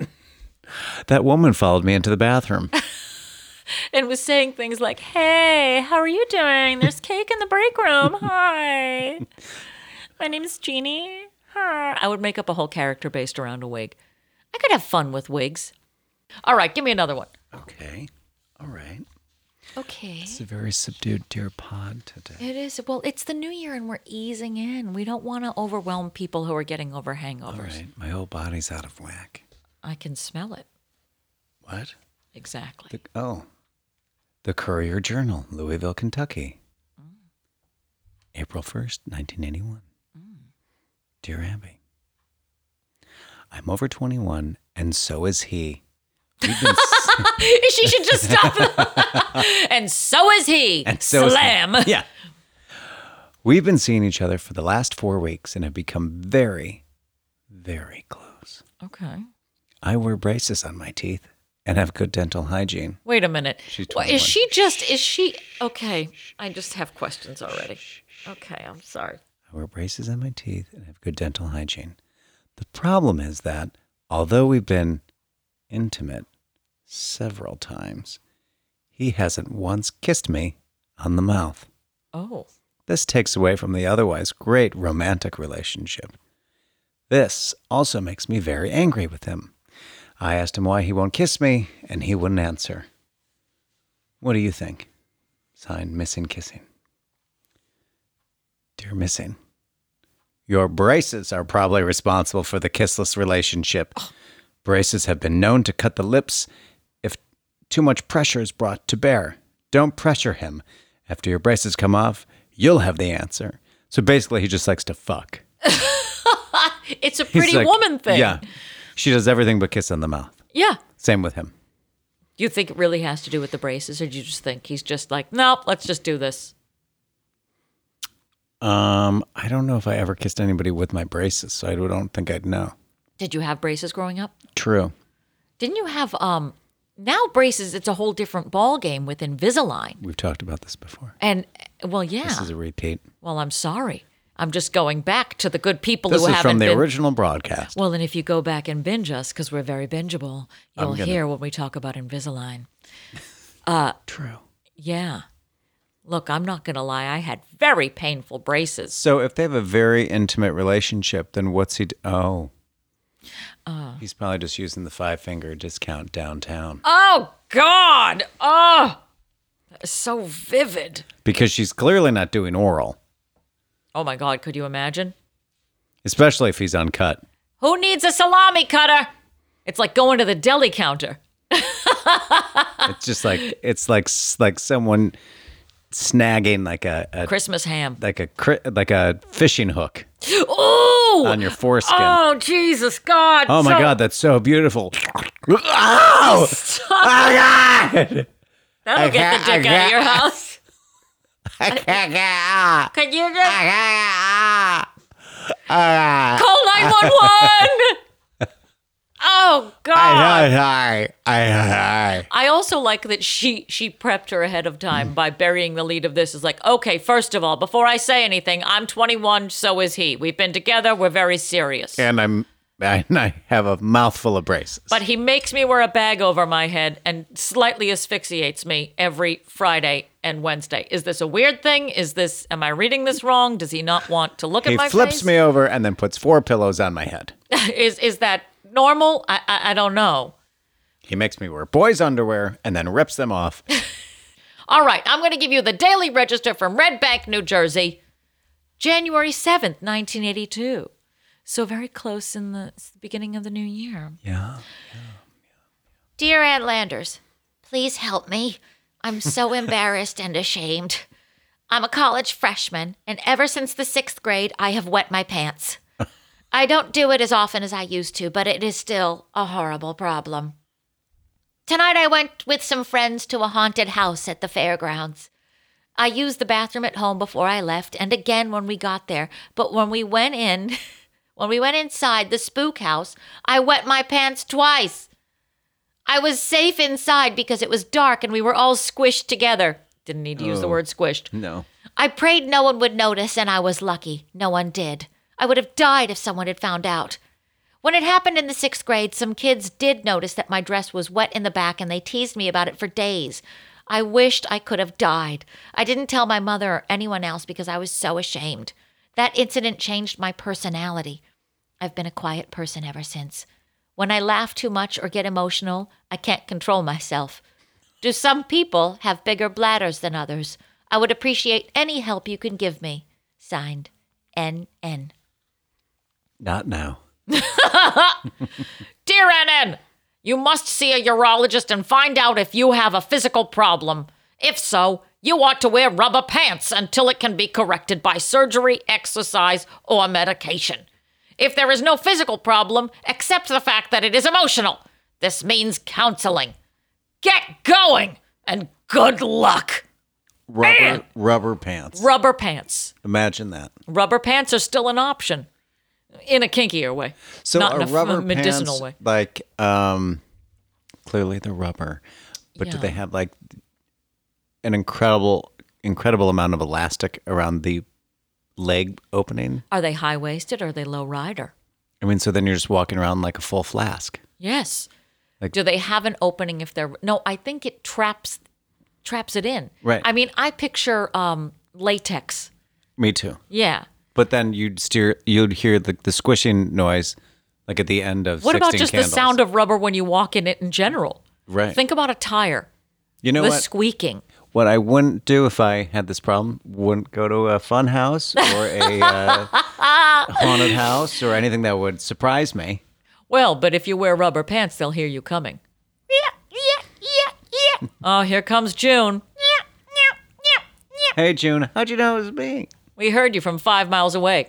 S7: that woman followed me into the bathroom
S6: And was saying things like, "Hey, how are you doing? There's cake in the break room. Hi, my name is Jeannie. Hi." I would make up a whole character based around a wig. I could have fun with wigs. All right, give me another one.
S7: okay all right
S6: Okay.
S7: it's a very subdued dear pod today
S6: It is. Well, it's the new year and we're easing in. We don't want to overwhelm people who are getting over hangovers.
S7: all right my whole body's out of whack
S6: I can smell it.
S7: What?
S6: Exactly.
S7: The, oh, the Courier Journal, Louisville, Kentucky, April 1st, 1981. Dear Abby, I'm over 21, and so is he. We've been s-
S6: she should just stop. and so is he.
S7: And so is he.
S6: Slam.
S7: yeah. We've been seeing each other for the last four weeks and have become very, very close.
S6: Okay.
S7: I wear braces on my teeth and have good dental hygiene.
S6: Wait a minute.
S7: She's
S6: Wha- is she just, is she, okay. I just have questions already. Okay, I'm sorry.
S7: I wear braces on my teeth and have good dental hygiene. The problem is that although we've been intimate several times, he hasn't once kissed me on the mouth.
S6: Oh.
S7: This takes away from the otherwise great romantic relationship. This also makes me very angry with him. I asked him why he won't kiss me, and he wouldn't answer. What do you think? Signed Missing Kissing. Dear Missing, your braces are probably responsible for the kissless relationship. Braces have been known to cut the lips if too much pressure is brought to bear. Don't pressure him. After your braces come off, you'll have the answer. So basically, he just likes to fuck.
S6: It's a
S7: He's
S6: pretty
S7: like-
S6: woman thing.
S7: Yeah. She does everything but kiss on the mouth.
S6: Yeah.
S7: Same with him.
S6: Do you think it really has to do with the braces or do you just think he's just like, nope, let's just do this?
S7: Um, I don't know if I ever kissed anybody with my braces, so I don't think I'd know.
S6: Did you have braces growing up?
S7: True.
S6: Didn't you have um now braces it's a whole different ball game with Invisalign.
S7: We've talked about this before.
S6: And well yeah.
S7: This is a repeat.
S6: well I'm sorry. I'm just going back to the good people
S7: This
S6: who
S7: is
S6: haven't
S7: from the
S6: been
S7: original broadcast.
S6: Well, and if you go back and binge us cuz we're very bingeable, you'll
S7: gonna-
S6: hear when we talk about Invisalign.
S7: True.
S6: Yeah. Look, I'm not going to lie. I had very painful braces.
S7: So if they have a very intimate relationship, then what's he? D- oh,
S6: Uh.
S7: he's probably just using the five finger discount downtown
S6: Oh god. Oh. That is so vivid.
S7: because she's clearly not doing oral,
S6: Oh my god, could you imagine?
S7: especially if he's uncut.
S6: Who needs a salami cutter? It's like going to the deli counter.
S7: It's just like it's like s- like someone snagging like a, a
S6: Christmas ham.
S7: like a cri- like a fishing hook
S6: Ooh!
S7: on your foreskin.
S6: Oh, Jesus God.
S7: oh my
S6: So-
S7: god, that's so beautiful. Ow! Oh my god!
S6: That'll get the
S7: I-
S6: dick out of your house.
S7: I can't get out.
S6: Can you just
S7: I can't get out. Ah.
S6: call 911? Oh God!
S7: I hi. I hi.
S6: I also like that she she prepped her ahead of time by burying the lead of this. Is like, okay, first of all, before I say anything, I'm 21, so is he. We've been together. We're very serious.
S7: And I'm I, I have a mouthful of braces.
S6: But he makes me wear a bag over my head and slightly asphyxiates me every Friday and Wednesday. Is this a weird thing? Is this, am I reading this wrong? Does he not want to look
S7: he
S6: at my
S7: flips
S6: face?
S7: me over and then puts four pillows on my head.
S6: is, is that normal? I, I, I don't know.
S7: He makes me wear boys' underwear and then rips them off.
S6: All right, I'm going to give you the Daily Register from Red Bank, New Jersey, January 7th, 1982. So very close in the, it's the beginning of the new year.
S7: Yeah.
S6: Dear Aunt Landers, please help me. I'm so embarrassed and ashamed. I'm a college freshman, and ever since the sixth grade, I have wet my pants. I don't do it as often as I used to, but it is still a horrible problem. Tonight, I went with some friends to a haunted house at the fairgrounds. I used the bathroom at home before I left and again when we got there, but when we went in, when we went inside the spook house, I wet my pants twice. I was safe inside because it was dark and we were all squished together. Didn't need to use the word squished.
S7: No.
S6: I prayed no one would notice, and I was lucky. No one did. I would have died if someone had found out. When it happened in the sixth grade, some kids did notice that my dress was wet in the back, and they teased me about it for days. I wished I could have died. I didn't tell my mother or anyone else because I was so ashamed. That incident changed my personality. I've been a quiet person ever since. When I laugh too much or get emotional, I can't control myself. Do some people have bigger bladders than others? I would appreciate any help you can give me. Signed, NN.
S7: Not now.
S6: Dear NN, you must see a urologist and find out if you have a physical problem. If so, you ought to wear rubber pants until it can be corrected by surgery, exercise, or medication. If there is no physical problem, accept the fact that it is emotional. This means counseling. Get going and good luck.
S7: Rubber
S6: Man!
S7: rubber pants.
S6: Rubber pants.
S7: Imagine that.
S6: Rubber pants are still an option in a kinkier way.
S7: So
S6: not
S7: a
S6: in a f-
S7: rubber
S6: medicinal
S7: pants,
S6: way.
S7: like um, clearly the rubber, but do
S6: Yeah.
S7: they have like an incredible, incredible amount of elastic around the leg opening?
S6: Are they high waisted or are they low rider?
S7: I mean, so then you're just walking around like a full flask.
S6: Yes.
S7: Like-
S6: Do they have an opening if they're no? I think it traps traps it in.
S7: Right.
S6: I mean, I picture um, latex.
S7: Me too.
S6: Yeah.
S7: But then you'd steer, you'd hear the, the squishing noise, like at the end of.
S6: What
S7: 16
S6: about just
S7: candles.
S6: the sound of rubber when you walk in it in general?
S7: Right.
S6: Think about a tire.
S7: You know
S6: the
S7: what?
S6: squeaking.
S7: What I wouldn't do if I had this problem wouldn't go to a fun house or a uh, haunted house or anything that would surprise me.
S6: Well, but if you wear rubber pants, they'll hear you coming. Oh, here comes June.
S7: Hey, June, how'd you know it was me?
S6: We heard you from five miles away.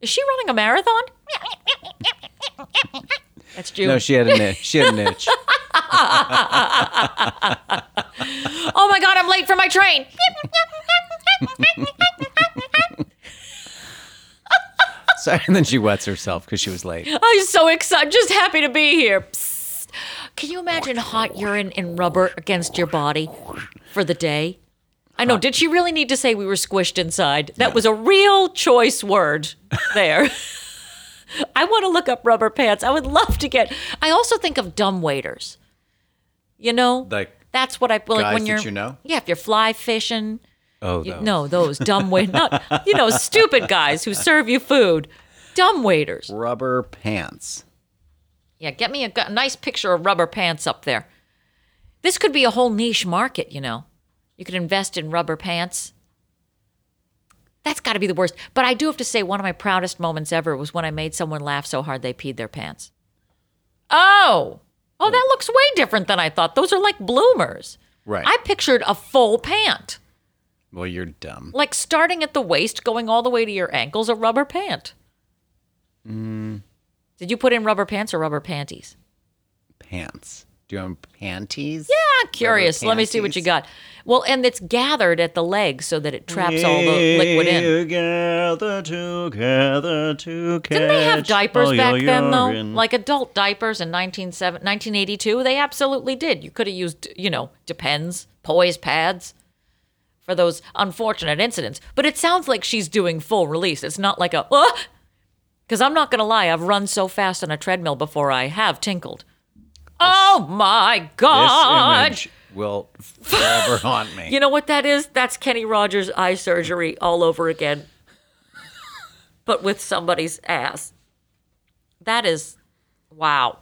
S6: Is she running a marathon? That's June.
S7: No, she had an itch. She had an itch.
S6: oh my God, I'm late for my train.
S7: so, and then she wets herself because she was late.
S6: I'm so excited. Just happy to be here. Psst. Can you imagine hot urine and rubber against your body for the day? I know. Did she really need to say we were squished inside? That was a real choice word there. I want to look up rubber pants. I would love to get. I also think of dumb waiters. You know,
S7: Like,
S6: that's what I like
S7: guys
S6: when
S7: that
S6: you're.
S7: you know?
S6: Yeah, if you're fly fishing.
S7: oh,
S6: You-
S7: no.
S6: no, those dumb waiters. Not you know, stupid guys who serve you food. Dumb waiters.
S7: Rubber pants.
S6: Yeah, get me a, gu- nice picture of rubber pants up there. This could be a whole niche market, you know. You could invest in rubber pants. That's got to be the worst. But I do have to say, one of my proudest moments ever was when I made someone laugh so hard they peed their pants. Oh, oh, that looks way different than I thought. Those are like bloomers.
S7: Right.
S6: I pictured a full pant,
S7: well, you're dumb.
S6: like starting at the waist, going all the way to your ankles, a rubber pant. Did you put in rubber pants or rubber panties?
S7: Pants. Do you want panties?
S6: Yeah, I'm Ah, curious. Let me see what you got. Well, and it's gathered at the leg so that it traps all the liquid in.
S7: Together, together, together.
S6: Didn't they have
S7: Oh,
S6: diapers back then, though? Like adult diapers in 1987 1982? They absolutely did. You could have used, you know, Depends, Poise pads for those unfortunate incidents. But it sounds like she's doing full release. It's not like a, because Because I'm not going to lie, I've run so fast on a treadmill before I have tinkled. Oh my
S7: This
S6: God.
S7: image will forever haunt me.
S6: You know what that is? That's Kenny Rogers' eye surgery all over again, but with somebody's ass. That is, wow,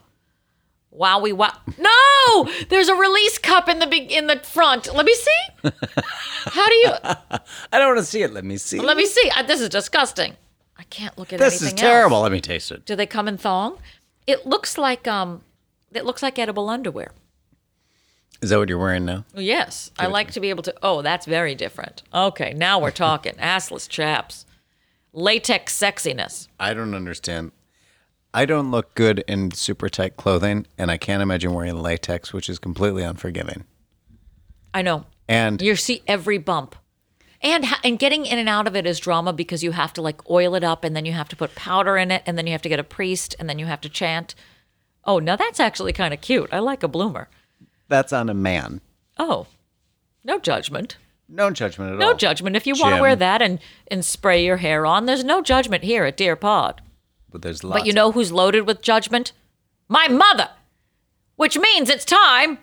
S6: wowie wow. No, there's a release cup in the be- in the front. Let me see. How do you?
S7: I don't want to see it. Let me see.
S6: Let me see. Uh, This is disgusting. I can't look at
S7: this
S6: anything
S7: is terrible.
S6: else.
S7: Let me taste it.
S6: Do they come in thong? It looks like um, it looks like edible underwear.
S7: Is that what you're wearing now?
S6: Yes, I like to be able to. Oh, that's very different. Okay, now we're talking assless chaps, latex sexiness.
S7: I don't understand. I don't look good in super tight clothing, and I can't imagine wearing latex, which is completely unforgiving.
S6: I know.
S7: And
S6: You see every bump, and ha- and getting in and out of it is drama because you have to like oil it up, and then you have to put powder in it, and then you have to get a priest, and then you have to chant. Oh, now that's actually kind of cute. I like a bloomer.
S7: that's on a man.
S6: Oh, no judgment.
S7: No judgment at all.
S6: No judgment. If you want to
S7: Jim.
S6: wear that and and spray your hair on, there's no judgment here at Dear Pod.
S7: But there's lots.
S6: But you know who's loaded with judgment? My mother. Which means it's time.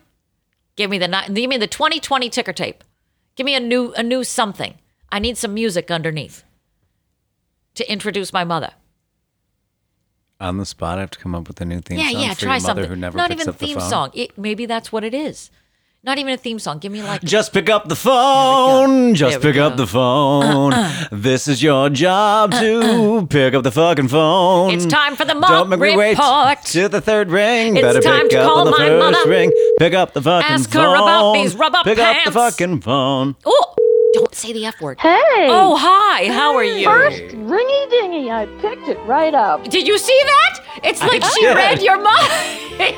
S6: Give me the ni- give me the 2020 ticker tape. Give me a new a new something. I need some music underneath to introduce my mother.
S7: on the spot, I have to come up with a new theme
S6: Yeah,
S7: song
S6: yeah,
S7: for
S6: try
S7: your mother
S6: something.
S7: who never
S6: Not
S7: picks
S6: even
S7: up the
S6: theme
S7: phone.
S6: song. It, maybe that's what it is. Not even a theme song. Give me like
S7: Just pick up the phone. Just
S6: There we
S7: pick up
S6: go. Uh,
S7: the phone. This is your job to pick up the fucking phone.
S6: It's time for the
S7: Don't make
S6: month
S7: me wait
S6: report.
S7: to the third ring.
S6: It's
S7: Better
S6: time
S7: pick
S6: to
S7: up
S6: call
S7: on the
S6: my
S7: first
S6: mother.
S7: ring. Pick up the fucking
S6: Ask
S7: phone.
S6: her about these rubber
S7: pick up the
S6: pants.
S7: fucking phone.
S6: Oh, don't say the F word.
S5: Hey!
S6: Oh, hi. How are you?
S5: First ringy dingy, I picked it right up.
S6: Did you see that? It's like she
S7: did.
S6: read your mind.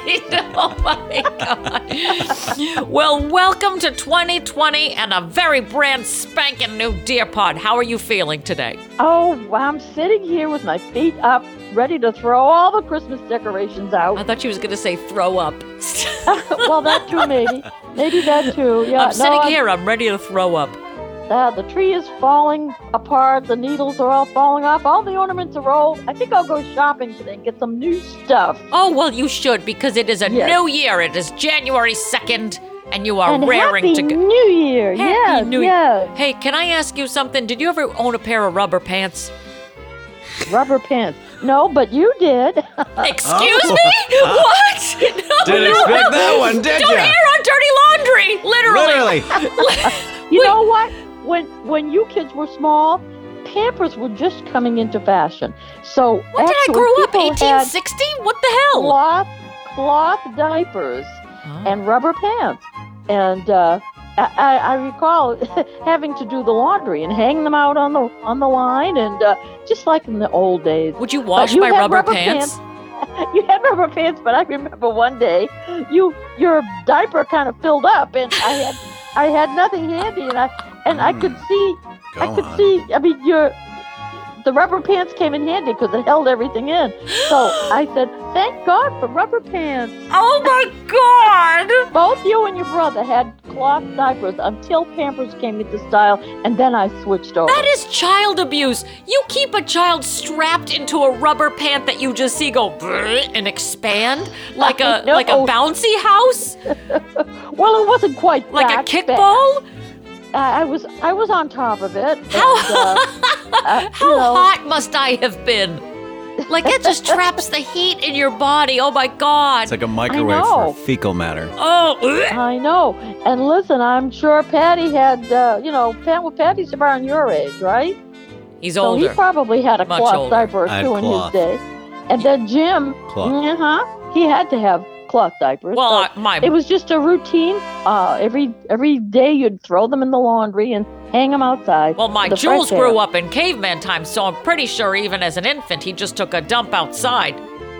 S6: oh my God. well, welcome to 2020 and a very brand spanking new Deer Pod. How are you feeling today?
S5: Oh, well, I'm sitting here with my feet up, ready to throw all the Christmas decorations
S6: I
S5: out.
S6: thought she was going to say throw up.
S5: well, that too, maybe. Maybe that too. Yeah.
S6: I'm sitting
S5: no,
S6: here, I'm ready to throw up.
S5: Uh, the tree is falling apart. The needles are all falling off. All the ornaments are old. I think I'll go shopping today and get some new stuff.
S6: Oh, well, you should because it is a
S5: Yes.
S6: new year. It is January 2nd and you are
S5: and
S6: raring
S5: happy
S6: to go.
S5: New Year!
S6: Happy
S5: yes,
S6: New
S5: yes.
S6: Hey, can I ask you something? Did you ever own a pair of rubber pants?
S5: Rubber pants. No, but you did.
S6: Excuse me? What? No,
S7: Oh. Didn't
S6: Oh, no,
S7: expect
S6: no.
S7: that one, did
S6: Don't
S7: ya?
S6: air on dirty laundry, literally.
S7: Literally.
S5: You know what? When when you kids were small, Pampers were just coming into fashion. So
S6: When did I
S5: actually
S6: grow up? oh.
S5: people had
S6: 1860? What the hell?
S5: cloth cloth diapers and rubber pants, and uh, I, I I recall having to do the laundry and hang them out on the on the line, and uh, just like in the old days.
S6: Would you wash
S5: you
S6: my
S5: had
S6: rubber,
S5: rubber
S6: pants?
S5: You had rubber pants, but I remember one day you your diaper kind of filled up, and I had I had nothing handy, and I and I could see
S7: Go
S5: I could
S7: on.
S5: see. I mean, your the rubber pants came in handy because it held everything in. So I said, "Thank God for rubber pants."
S6: Oh my
S5: Both you and your brother had cloth diapers until Pampers came into style, and then I switched over.
S6: That is child abuse. You keep a child strapped into a rubber pant that you just see go brrr and expand like a
S5: No.
S6: like a bouncy house,
S5: well, it wasn't quite
S6: like
S5: that
S6: a kickball.
S5: bad. I I was I was on top of it.
S6: How-
S5: and, uh, uh,
S6: How
S5: you know,
S6: hot must I have been? Like that just traps the heat in your body. Oh my god.
S7: It's like a microwave for
S5: know.
S7: fecal matter.
S6: oh. ugh.
S5: I know. And listen, I'm sure Patty had, uh, you know, Pat, well, Patty's around your age, right?
S6: He's
S5: So
S6: older.
S5: he probably had a
S6: Much
S5: cloth
S6: older.
S5: diaper or
S7: I had
S5: two in
S7: cloth.
S5: his day. And then Jim,
S7: Cloth.
S5: uh-huh, he had to have cloth diapers.
S6: well,
S5: so
S6: I, my
S5: it was just a routine. Uh, every every day you'd throw them in the laundry and hang them outside.
S6: well, my
S5: for the
S6: Jules
S5: fresh
S6: grew
S5: air.
S6: up in caveman times, so I'm pretty sure even as an infant he just took a dump outside,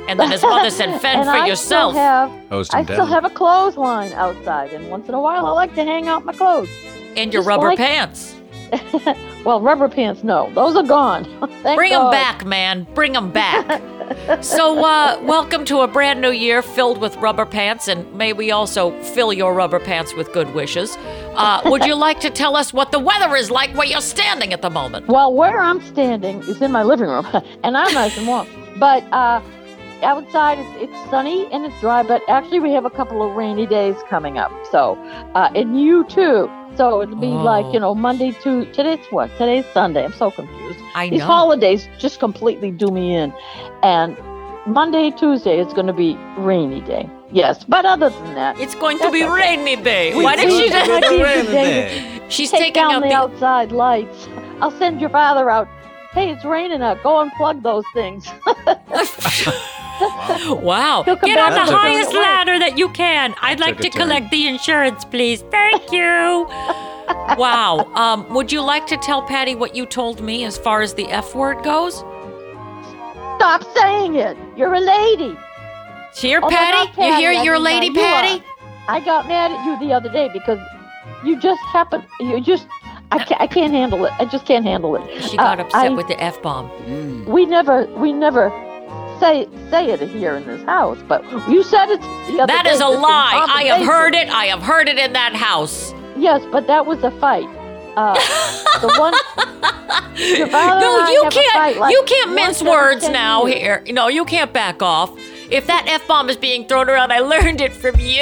S6: and then his mother said, "Fend
S5: and
S6: for
S5: I
S6: yourself."
S5: Still have,
S7: Host
S5: I
S7: and
S5: still
S7: Devin.
S5: have a clothesline outside, and once in a while I like to hang out my clothes.
S6: and your
S5: just
S6: rubber
S5: like-
S6: pants.
S5: Well, rubber pants, no, those are gone. Thank
S6: Bring them
S5: God.
S6: back, man. Bring them back. So, uh, welcome to a brand new year filled with rubber pants, and may we also fill your rubber pants with good wishes. Uh, would you like to tell us what the weather is like where you're standing at the moment?
S5: Well, where I'm standing is in my living room, and I'm nice and warm. But uh, outside, it's, it's sunny and it's dry. But actually, we have a couple of rainy days coming up. So, uh, and you too. So it'll be
S6: Oh.
S5: like you know Monday to today's what? Today's Sunday. I'm so confused.
S6: I
S5: These
S6: know.
S5: holidays just completely do me in. And Monday, Tuesday, it's going to be rainy day. Yes, but other than that,
S6: It's going to be rainy day. Why
S5: It's
S6: did she
S5: going to
S6: just.
S5: be rainy day.
S6: She's
S5: take
S6: taking
S5: down
S6: out
S5: the,
S6: the.
S5: outside lights. I'll send your father out. Hey, it's raining out. Go unplug those things.
S6: Wow.
S5: He'll come
S6: Get
S5: back
S6: on
S5: and
S6: the
S5: do it.
S6: highest ladder that you can. I'd like to
S7: a turn.
S6: collect the insurance, please. Thank you. wow. Um, would you like to tell Patty what you told me as far as the F word goes?
S5: Stop saying it. You're a lady.
S6: Cheer,
S5: Oh, no,
S6: Patty.
S5: not
S6: You hear
S5: I
S6: your
S5: mean,
S6: lady,
S5: uh, you are.
S6: Patty?
S5: I got mad at you the other day because you just happened. You just. I can't, I can't handle it. I just can't handle it.
S6: She got
S5: Uh,
S6: upset
S5: I-
S6: with the F bomb.
S5: We never. We never. Say say it here in this house, but you said it. The other
S6: That
S5: day,
S6: is a
S5: just in
S6: lie. I have
S5: conversation.
S6: heard it. I have heard it in that house.
S5: Yes, but that was a fight. Uh, the one. Your father and
S6: no,
S5: Oh, I
S6: you
S5: have a
S6: can't.
S5: fight, like,
S6: you can't
S5: once
S6: mince
S5: every
S6: words
S5: 10
S6: now.
S5: years.
S6: Here, no, you can't back off. If that f bomb is being thrown around, I learned it from you.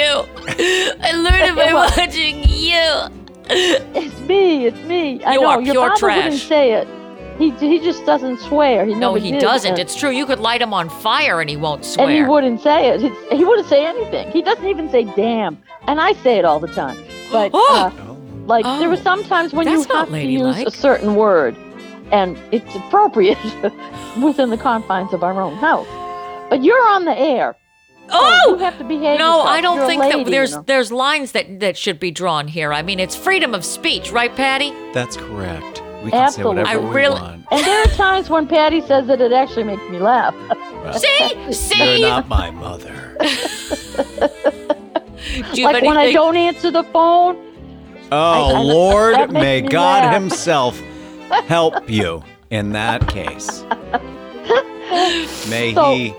S6: I learned it by
S5: Well-
S6: watching you.
S5: It's me. It's me. I
S6: You
S5: know
S6: are
S5: your
S6: pure
S5: father wouldn't
S6: trash.
S5: say it. He he just doesn't swear. He
S6: No,
S5: never
S6: he
S5: did,
S6: doesn't.
S5: and-
S6: It's true. You could light him on fire and he won't swear.
S5: and he wouldn't say it. It's, he wouldn't say anything. He doesn't even say damn. And I say it all the time. But uh, like there were
S6: Oh,
S5: some times when you
S6: that's not
S5: have to use
S6: ladylike.
S5: a certain word, and it's appropriate within the confines of our own house. But you're on the air. so you
S6: oh.
S5: have to behave.
S6: No,
S5: yourself.
S6: I don't
S5: You're a
S6: think
S5: lady,
S6: that there's
S5: you know.
S6: there's lines that, that should be drawn here. I mean, it's freedom of speech, right, Patty?
S7: That's correct. We can say whatever
S6: Absolutely. I
S7: we
S6: really-
S7: want.
S5: And there are times when Patty says that it actually makes me laugh.
S6: See,
S7: You're
S6: see.
S7: not my mother.
S6: Do you have
S5: like when I
S6: anything-
S5: don't answer the phone.
S7: Oh
S5: I-
S7: Lord,
S5: that makes
S7: may
S5: me
S7: God
S5: laugh.
S7: Himself help you in that case. May
S5: So-
S7: He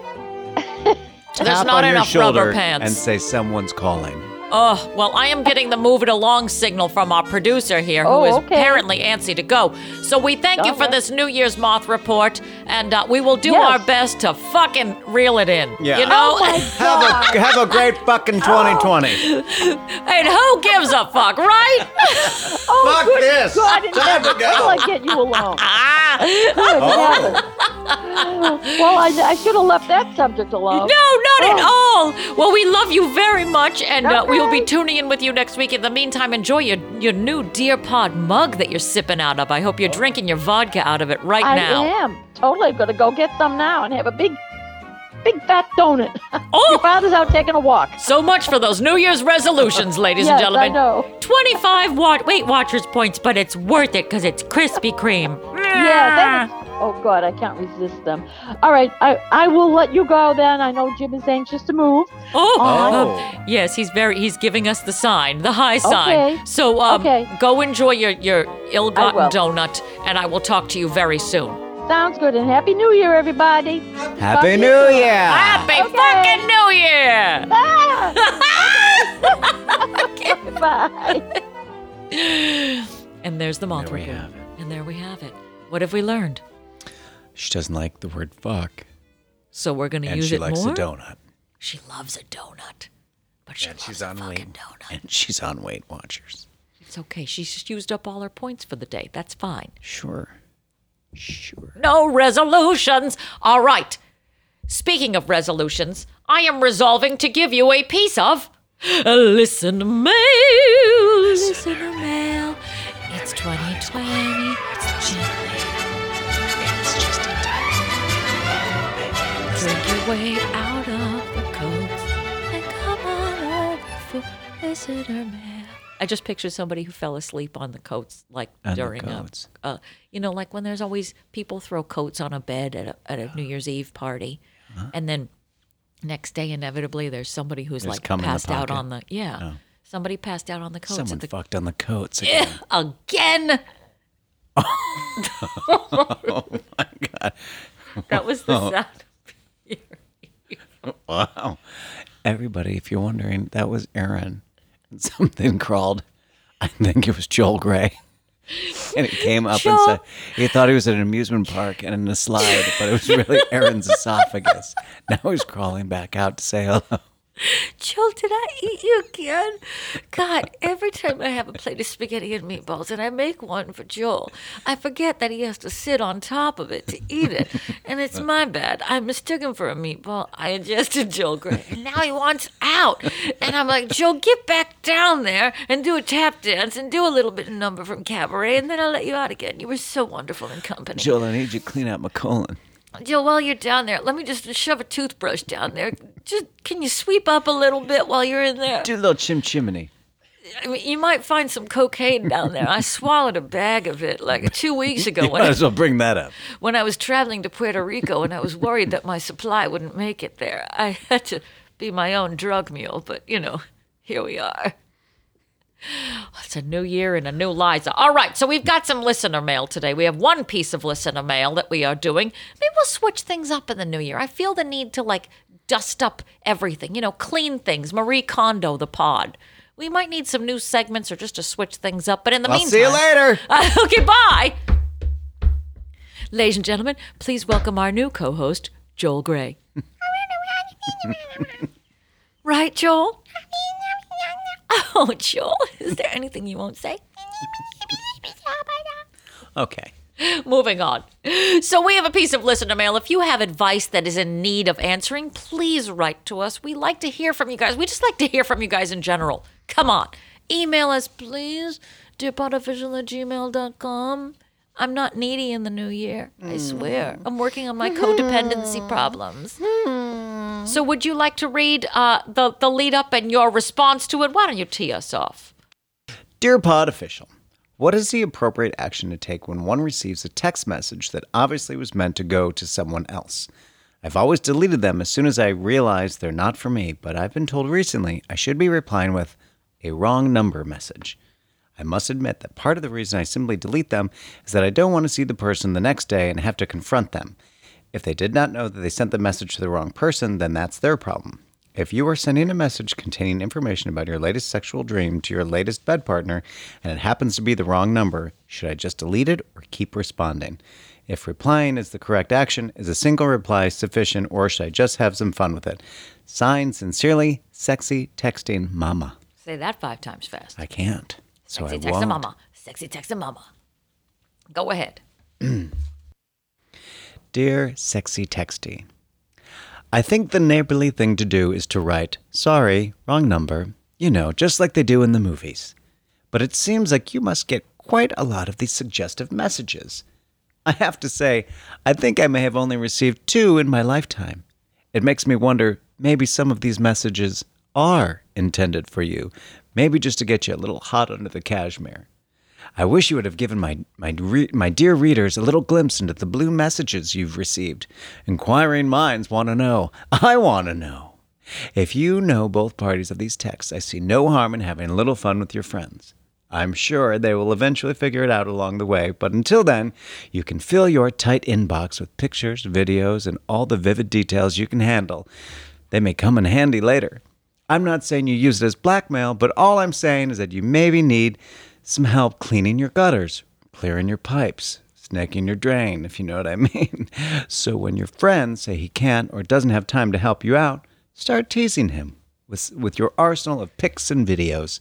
S6: There's
S7: tap
S6: not
S7: on your
S6: enough rubber
S7: shoulder
S6: pants.
S7: and say someone's calling.
S6: Oh, well, I am getting the move it along signal from our producer here, who
S5: Oh,
S6: is
S5: okay.
S6: apparently antsy to go. So we thank you
S5: All
S6: for
S5: right.
S6: this New Year's Moth report, and uh, we will do
S5: Yes.
S6: our best to fucking reel it in.
S7: Yeah.
S6: You know?
S5: Oh my
S7: Have
S5: God. Oh.
S7: a have a great fucking 2020.
S6: and who gives a fuck, right?
S7: Fuck
S5: Oh,
S7: this.
S5: God, it
S7: Time to
S5: never
S7: go.
S5: will I get you alone.
S6: ah!
S5: Good
S7: Oh.
S5: heavens. Well, I, I should have left that subject alone.
S6: No, not at all. Well, we love you very much, and uh, we will be
S5: Oh. Okay.
S6: tuning in with you next week. In the meantime, enjoy your, your new Deer Pod mug that you're sipping out of. I hope you're drinking your vodka out of it right
S5: Oh. I
S6: now.
S5: am totally gonna go get some now and have a big, big fat donut. Your
S6: Oh,
S5: father's out taking a walk.
S6: So much for those New Year's resolutions, ladies
S5: yes,
S6: and gentlemen.
S5: I know.
S6: 25 watt Weight Watchers points, but it's worth it because it's Krispy Kreme.
S5: Yeah. That is, oh God, I can't resist them. All right, I I will let you go then. I know Jim is anxious to move.
S6: Oh,
S7: Oh.
S6: um, yes, he's very, he's giving us the sign, the high sign.
S5: Okay.
S6: So um,
S5: Okay.
S6: go enjoy your, your ill
S5: I
S6: gotten
S5: will.
S6: donut, and I will talk to you very soon.
S5: Sounds good. And happy New Year, everybody.
S7: Happy New Year.
S6: Happy
S5: Okay.
S6: fucking New Year!
S5: Bye.
S6: And there's the moth
S7: There we
S6: report.
S7: have it.
S6: And there we have it. What have we learned?
S7: She doesn't like the word fuck,
S6: So we're going to
S7: and
S6: use
S7: she
S6: it
S7: likes
S6: more?
S7: the donut.
S6: She loves a donut, but she
S7: And
S6: loves
S7: she's
S6: a
S7: on
S6: fucking
S7: Weight
S6: donut.
S7: and she's on Weight Watchers.
S6: It's okay. She's just used up all her points for the day. That's fine. Oh,
S7: Sure, sure.
S6: No resolutions. All right. Speaking of resolutions, I am resolving to give you a piece of Listen to Mail. Listen to Mail. It's 2020. It's just Drink your way out of the coats and come on over for listener mail. I just picture somebody who fell asleep on the coats, like
S7: On the
S6: during a,
S7: coats.
S6: a, you know, like when there's always people throw coats on a bed at a, at a New Year's Eve party, and then next day inevitably there's somebody who's
S7: There's
S6: like
S7: cum in the
S6: passed out
S7: pocket. Oh.
S6: on the yeah, somebody passed out on the coats
S7: Someone
S6: at the
S7: fucked on the coats again.
S6: again.
S7: oh Oh. my god.
S6: That was the sound.
S7: Wow. Everybody, if you're wondering, that was Aaron. And something crawled. I think it was Joel Gray. And it came up and said he thought he was at an amusement park and in a slide, but it was really Aaron's esophagus. Now he's crawling back out to say hello.
S6: Joel, did I eat you again? God, every time I have a plate of spaghetti and meatballs and I make one for Joel, I forget that he has to sit on top of it to eat it. And it's my bad. I mistook him for a meatball. I ingested Joel Gray. And now he wants out. And I'm like, Joel, get back down there and do a tap dance and do a little bit of number from cabaret, and then I'll let you out again. You were so wonderful in company.
S7: Joel, I need you to clean out my colon.
S6: Joe, while you're down there, let me just shove a toothbrush down there. Just can you sweep up a little bit while you're in there?
S7: Do a little chim chimney.
S6: I mean, you might find some cocaine down there. I swallowed a bag of it like two weeks ago when
S7: Might
S6: I,
S7: as well bring that up.
S6: when I was traveling to Puerto Rico and I was worried that my supply wouldn't make it there. I had to be my own drug mule, but you know, here we are. Oh, It's a new year and a new Liza. All right, so we've got some listener mail today. We have one piece of listener mail that we are doing. Maybe we'll switch things up in the new year. I feel the need to like dust up everything, you know, clean things. Marie Kondo, the pod. We might need some new segments or just to switch things up. But in the
S7: I'll
S6: meantime,
S7: see you later.
S6: uh, okay, bye. Ladies and gentlemen, please welcome our new co host, Joel Gray. right, Joel? Oh, Joel, is there anything you won't say?
S7: Okay.
S6: Moving on. So, we have a piece of listener mail. If you have advice that is in need of answering, please write to us. We like to hear from you guys. We just like to hear from you guys in general. Come on. Email us, please, dearpodofficial at gmail.com. I'm not needy in the new year. I swear. I'm working on my codependency problems. So, would you like to read uh, the, the lead up and your response to it? Why don't you tee us off?
S7: Dear Pod Official, what is the appropriate action to take when one receives a text message that obviously was meant to go to someone else? I've always deleted them as soon as I realize they're not for me, but I've been told recently I should be replying with a wrong number message. I must admit that part of the reason I simply delete them is that I don't want to see the person the next day and have to confront them. If they did not know that they sent the message to the wrong person, then that's their problem. If you are sending a message containing information about your latest sexual dream to your latest bed partner and it happens to be the wrong number, should I just delete it or keep responding? If replying is the correct action, is a single reply sufficient or should I just have some fun with it? Signed, sincerely, sexy texting mama.
S6: Say that five times fast.
S7: I can't. So
S6: Sexy
S7: I
S6: text
S7: won't.
S6: a mama. Sexy text a mama. Go ahead.
S7: Dear Sexy Texty, I think the neighborly thing to do is to write, sorry, wrong number, you know, just like they do in the movies. But it seems like you must get quite a lot of these suggestive messages. I have to say, I think I may have only received two in my lifetime. It makes me wonder maybe some of these messages are intended for you, maybe just to get you a little hot under the cashmere. I wish you would have given my my re- my dear readers a little glimpse into the blue messages you've received. Inquiring minds want to know. I want to know. If you know both parties of these texts, I see no harm in having a little fun with your friends. I'm sure they will eventually figure it out along the way, but until then, you can fill your tight inbox with pictures, videos, and all the vivid details you can handle. They may come in handy later. I'm not saying you use it as blackmail, but all I'm saying is that you maybe need some help cleaning your gutters, clearing your pipes, snaking your drain, if you know what I mean. So when your friends say he can't or doesn't have time to help you out, start teasing him with, with your arsenal of pics and videos.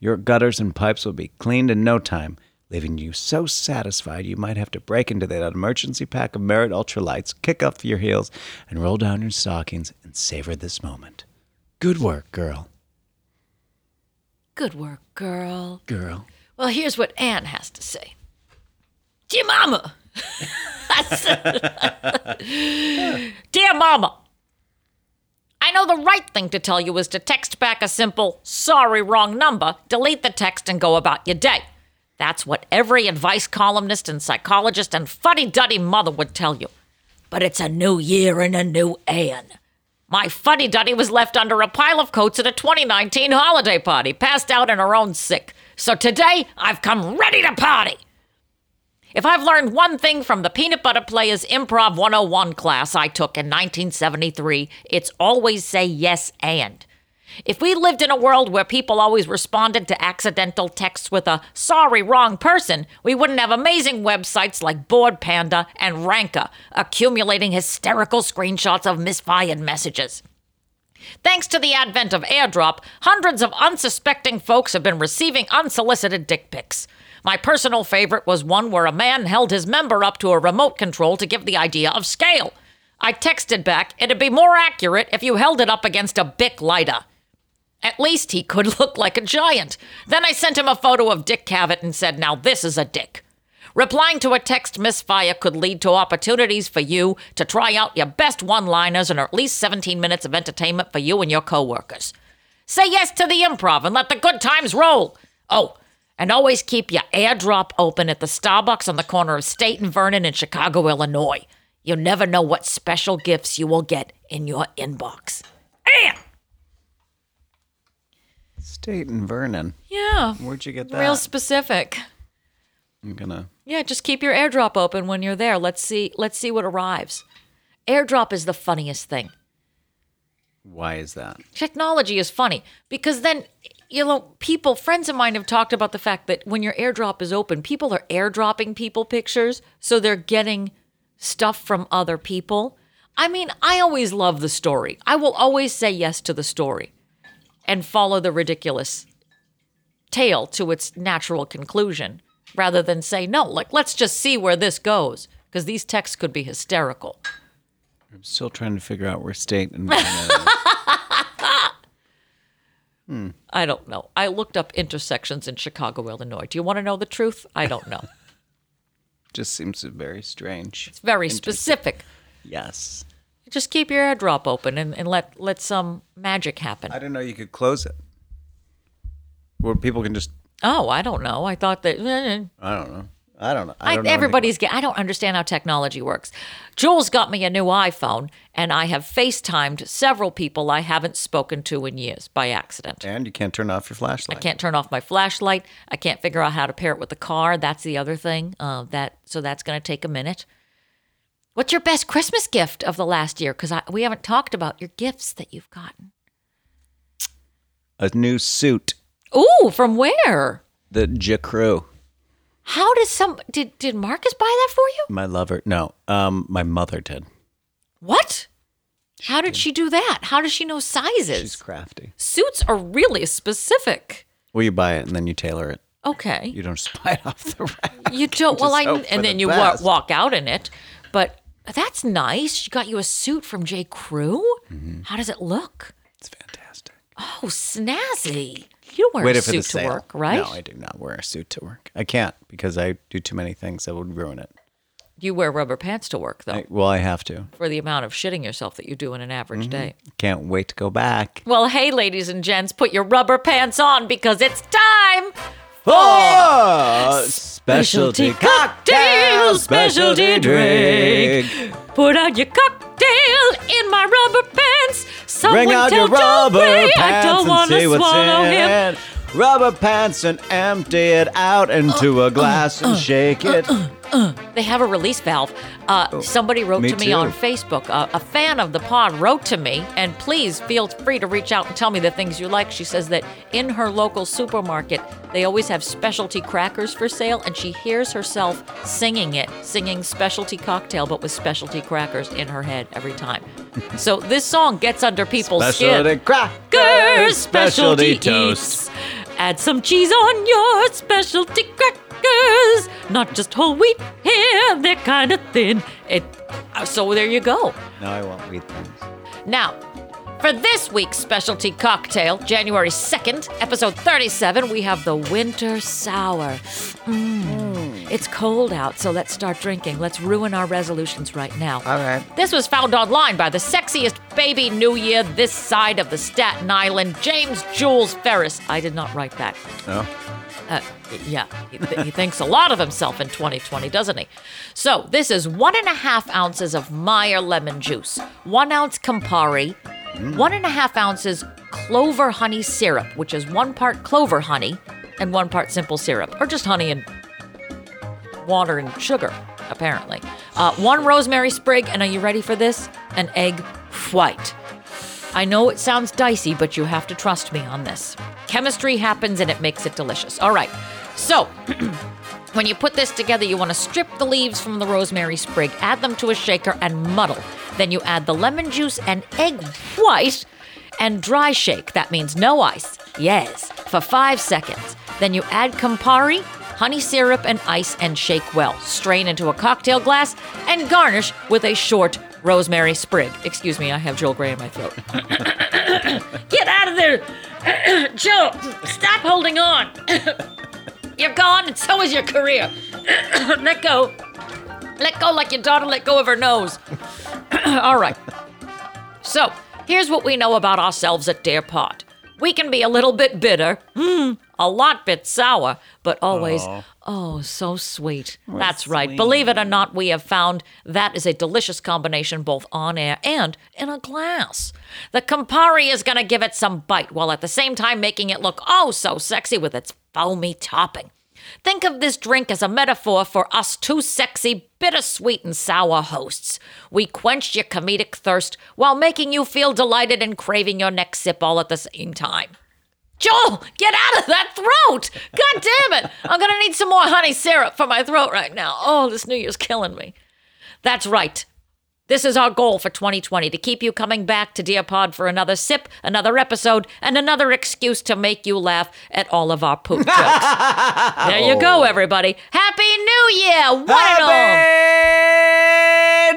S7: Your gutters and pipes will be cleaned in no time, leaving you so satisfied you might have to break into that emergency pack of Merit Ultralights, kick up your heels, and roll down your stockings and savor this moment. Good work, girl.
S6: Good work, girl.
S7: Girl.
S6: Well, here's what Anne has to say. Dear Mama. Dear Mama. I know the right thing to tell you is to text back a simple, sorry, wrong number, delete the text, and go about your day. That's what every advice columnist and psychologist and fuddy duddy mother would tell you. But it's a new year and a new Anne. My fuddy duddy was left under a pile of coats at a 2019 holiday party, passed out and her own sick. So today, I've come ready to party. If I've learned one thing from the Peanut Butter Players Improv 101 class I took in 1973, it's always say yes and. If we lived in a world where people always responded to accidental texts with a sorry, wrong person, we wouldn't have amazing websites like Board Panda and Ranka accumulating hysterical screenshots of misfired messages. Thanks to the advent of airdrop, hundreds of unsuspecting folks have been receiving unsolicited dick pics. My personal favorite was one where a man held his member up to a remote control to give the idea of scale. I texted back, it'd be more accurate if you held it up against a Bic lighter. At least he could look like a giant. Then I sent him a photo of Dick Cavett and said, Now this is a dick. Replying to a text misfire could lead to opportunities for you to try out your best one liners and at least 17 minutes of entertainment for you and your coworkers. Say yes to the improv and let the good times roll. Oh, and always keep your airdrop open at the Starbucks on the corner of State and Vernon in Chicago, Illinois. You never know what special gifts you will get in your inbox. And
S7: State and Vernon.
S6: yeah,
S7: Where'd you get that?
S6: real specific.
S7: I'm gonna.
S6: Yeah, just keep your airdrop open when you're there. Let's see let's see what arrives. Airdrop is the funniest thing.
S7: Why is that?
S6: Technology is funny because then you know people friends of mine have talked about the fact that when your airdrop is open, people are airdropping people pictures, so they're getting stuff from other people. I mean, I always love the story. I will always say yes to the story and follow the ridiculous tale to its natural conclusion rather than say, no, like, let's just see where this goes because these texts could be hysterical.
S7: I'm still trying to figure out where State and Vernon. is.
S6: I don't know. I looked up intersections in Chicago, Illinois. Do you want to know the truth? I don't know.
S7: Just seems very strange.
S6: It's very specific.
S7: Yes.
S6: Just keep your airdrop open and, and let, let some magic happen.
S7: I didn't know you could close it. Where people can just.
S6: oh, I don't know. I thought that.
S7: I don't know. I don't know. I
S6: I,
S7: don't know anything
S6: everybody's get. I don't understand how technology works. Jules got me a new iPhone, and I have FaceTimed several people I haven't spoken to in years by accident.
S7: And you can't turn off your flashlight.
S6: I can't turn off my flashlight. I can't figure out how to pair it with the car. That's the other thing. Uh, that so that's going to take a minute. What's your best Christmas gift of the last year? Because we haven't talked about your gifts that you've gotten.
S7: A new suit.
S6: Ooh, from where?
S7: The Jacru.
S6: How does some did did Marcus buy that for you?
S7: My lover. No. Um. My mother did.
S6: What? How did she do that? How does she know sizes?
S7: She's crafty.
S6: Suits are really specific.
S7: Well, you buy it and then you tailor it.
S6: Okay.
S7: You don't just buy it off the rack.
S6: You don't. Well, I
S7: hope for
S6: and then
S7: the
S6: you wa-
S7: best.
S6: walk out in it, but that's nice. She got you a suit from J. Crew.
S7: Mm-hmm.
S6: How does it look?
S7: It's fantastic.
S6: Oh, snazzy! You don't wear
S7: Wait
S6: a
S7: for
S6: suit
S7: the
S6: to
S7: sale.
S6: work, right?
S7: No, I do not wear a suit to work. I can't because I do too many things that would ruin it.
S6: you wear rubber pants to work though,
S7: I, well, I have to.
S6: for the amount of shitting yourself that you do in an average
S7: Mm-hmm.
S6: day.
S7: Can't wait to go back.
S6: Well, hey, ladies and gents, put your rubber pants on because it's time.
S7: Oh,
S6: specialty cocktail, specialty drink. Put out your cocktail in my rubber pants. Someone
S7: Bring out
S6: tell
S7: your
S6: John
S7: rubber
S6: Gray I
S7: pants
S6: don't
S7: and
S6: want
S7: see
S6: to
S7: what's
S6: swallow
S7: in
S6: him.
S7: it. Rubber pants and empty it out into a glass and shake
S6: Uh,
S7: it.
S6: They have a release valve. Uh, somebody wrote
S7: Oh, me
S6: to me
S7: too.
S6: on Facebook. Uh, a fan of the pod wrote to me, and please feel free to reach out and tell me the things you like. She says that in her local supermarket, they always have specialty crackers for sale, and she hears herself singing it, singing specialty cocktail, but with specialty crackers in her head every time. so this song gets under people's skin.
S7: Specialty crackers,
S6: Crackers, specialty toast. Add some cheese on your specialty crackers. Not just whole wheat here, they're kind of thin. It, uh, so there you go.
S7: No, I won't read things.
S6: Now, for this week's specialty cocktail, January 2nd, episode 37, we have the winter sour. Mm. It's cold out, so let's start drinking. Let's ruin our resolutions right now.
S4: All right.
S6: This was found online by the sexiest baby New Year this side of the Staten Island, James Jules Ferris. I did not write that.
S7: No.
S6: Uh, yeah, he, he thinks a lot of himself in 2020, doesn't he? So this is one and a half ounces of Meyer lemon juice, one ounce Campari, one and a half ounces clover honey syrup, which is one part clover honey and one part simple syrup, or just honey and water and sugar, apparently. Uh, one rosemary sprig, and are you ready for this? An egg white. I know it sounds dicey, but you have to trust me on this. Chemistry happens and it makes it delicious. All right. So, when you put this together, you want to strip the leaves from the rosemary sprig, add them to a shaker, and muddle. Then you add the lemon juice and egg white and dry shake. That means no ice. Yes, for five seconds. Then you add Campari, honey syrup, and ice and shake well. Strain into a cocktail glass and garnish with a short rosemary sprig. Excuse me, I have Joel Gray in my throat. Get out of there! Joe, stop holding on! You're gone, and so is your career. let go. Let go like your daughter let go of her nose. All right. So, here's what we know about ourselves at Dear Pod. We can be a little bit bitter, mm, a lot bit sour, but always, oh, so sweet. That's right. Believe it or not, we have found that is a delicious combination both on air and in a glass. The Campari is going to give it some bite while at the same time making it look oh so sexy with its foamy topping. Think of this drink as a metaphor for us two sexy, bittersweet, and sour hosts. We quench your comedic thirst while making you feel delighted and craving your next sip all at the same time. Joel, get out of that throat! God damn it! I'm gonna need some more honey syrup for my throat right now. Oh, this New Year's killing me. That's right. This is our goal for 2020 to keep you coming back to Dear Pod for another sip, another episode, and another excuse to make you laugh at all of our poop jokes. there you go, everybody. Happy New Year! One and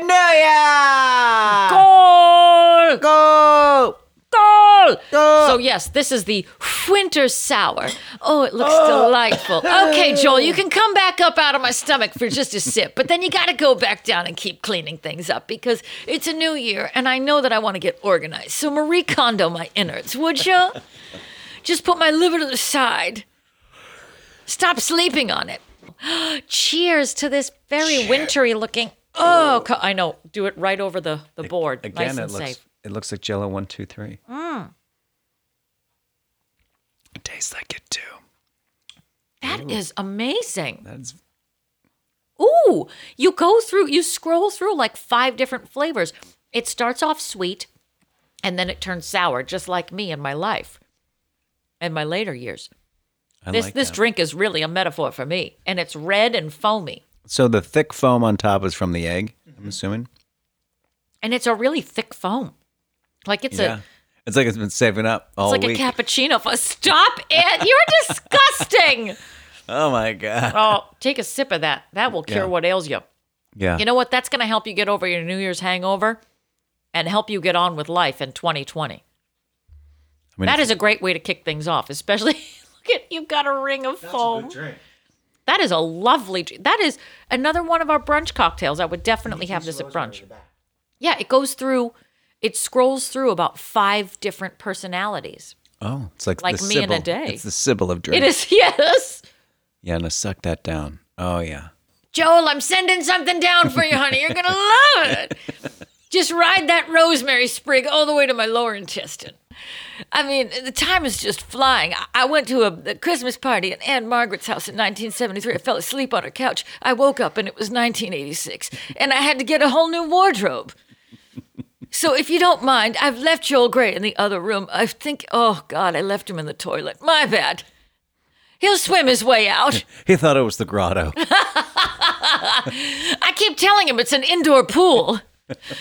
S4: Happy New Year!
S6: all. Goal!
S4: Go!
S6: Goal!
S7: Uh.
S6: So, yes, this is the winter sour. Oh, it looks delightful.
S7: Uh.
S6: Okay, Joel, you can come back up out of my stomach for just a sip, but then you got to go back down and keep cleaning things up because it's a new year and I know that I want to get organized. So, Marie Kondo my innards, would you? Just put my liver to the side. Stop sleeping on it. Cheers to this very wintry looking. Oh, co- I know. Do it right over the, the board. nice
S7: Again,
S6: and
S7: it looks
S6: safe.
S7: it looks like Jello one two three. It tastes like it too.
S6: That is amazing.
S7: That's
S6: Ooh, you go through, you scroll through like five different flavors. It starts off sweet and then it turns sour, just like me in my life and my later years.
S7: I
S6: this
S7: like
S6: this
S7: that.
S6: drink is really a metaphor for me. And it's red and foamy.
S7: So the thick foam on top is from the egg. I'm assuming.
S6: And it's a really thick foam. Like it's a
S7: yeah, it's like it's been saving up all
S6: it's like
S7: week.
S6: a cappuccino. For, stop it. You're disgusting.
S7: oh my god.
S6: Oh, take a sip of that. That will cure
S7: Yeah.
S6: what ails you.
S7: yeah.
S6: You know what? That's going to help you get over your New Year's hangover and help you get on with life in 2020.
S7: I mean,
S6: That is a great way to kick things off, especially look at you've got a ring of foam. That is a lovely dr- that is another one of our brunch cocktails. I would definitely have this at brunch. Yeah, it goes through it scrolls through about five different personalities.
S7: Oh, it's like
S6: Like
S7: the
S6: me in a
S7: Sybil.
S6: day.
S7: It's the Sybil of drinks.
S6: It is yes.
S7: Yeah, and I suck that down. Oh yeah.
S6: Joel, I'm sending something down for you, honey. You're gonna love it. Just ride that rosemary sprig all the way to my lower intestine. I mean, the time is just flying. I- I went to a, a Christmas party at Aunt Margaret's house in 1973. I fell asleep on her couch. I woke up and it was 1986, and I had to get a whole new wardrobe. So, if you don't mind, I've left Joel Gray in the other room. I think, oh God, I left him in the toilet. My bad. He'll swim his way out.
S7: He thought it was the grotto.
S6: I keep telling him it's an indoor pool.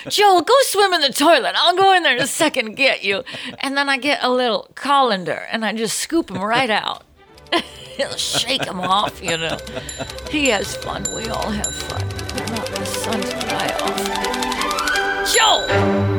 S6: Joel, go swim in the toilet. I'll go in there in a second and get you. And then I get a little colander and I just scoop him right out. It'll shake him off, you know. He has fun. We all have fun. We're not the sun to fly off. Joel!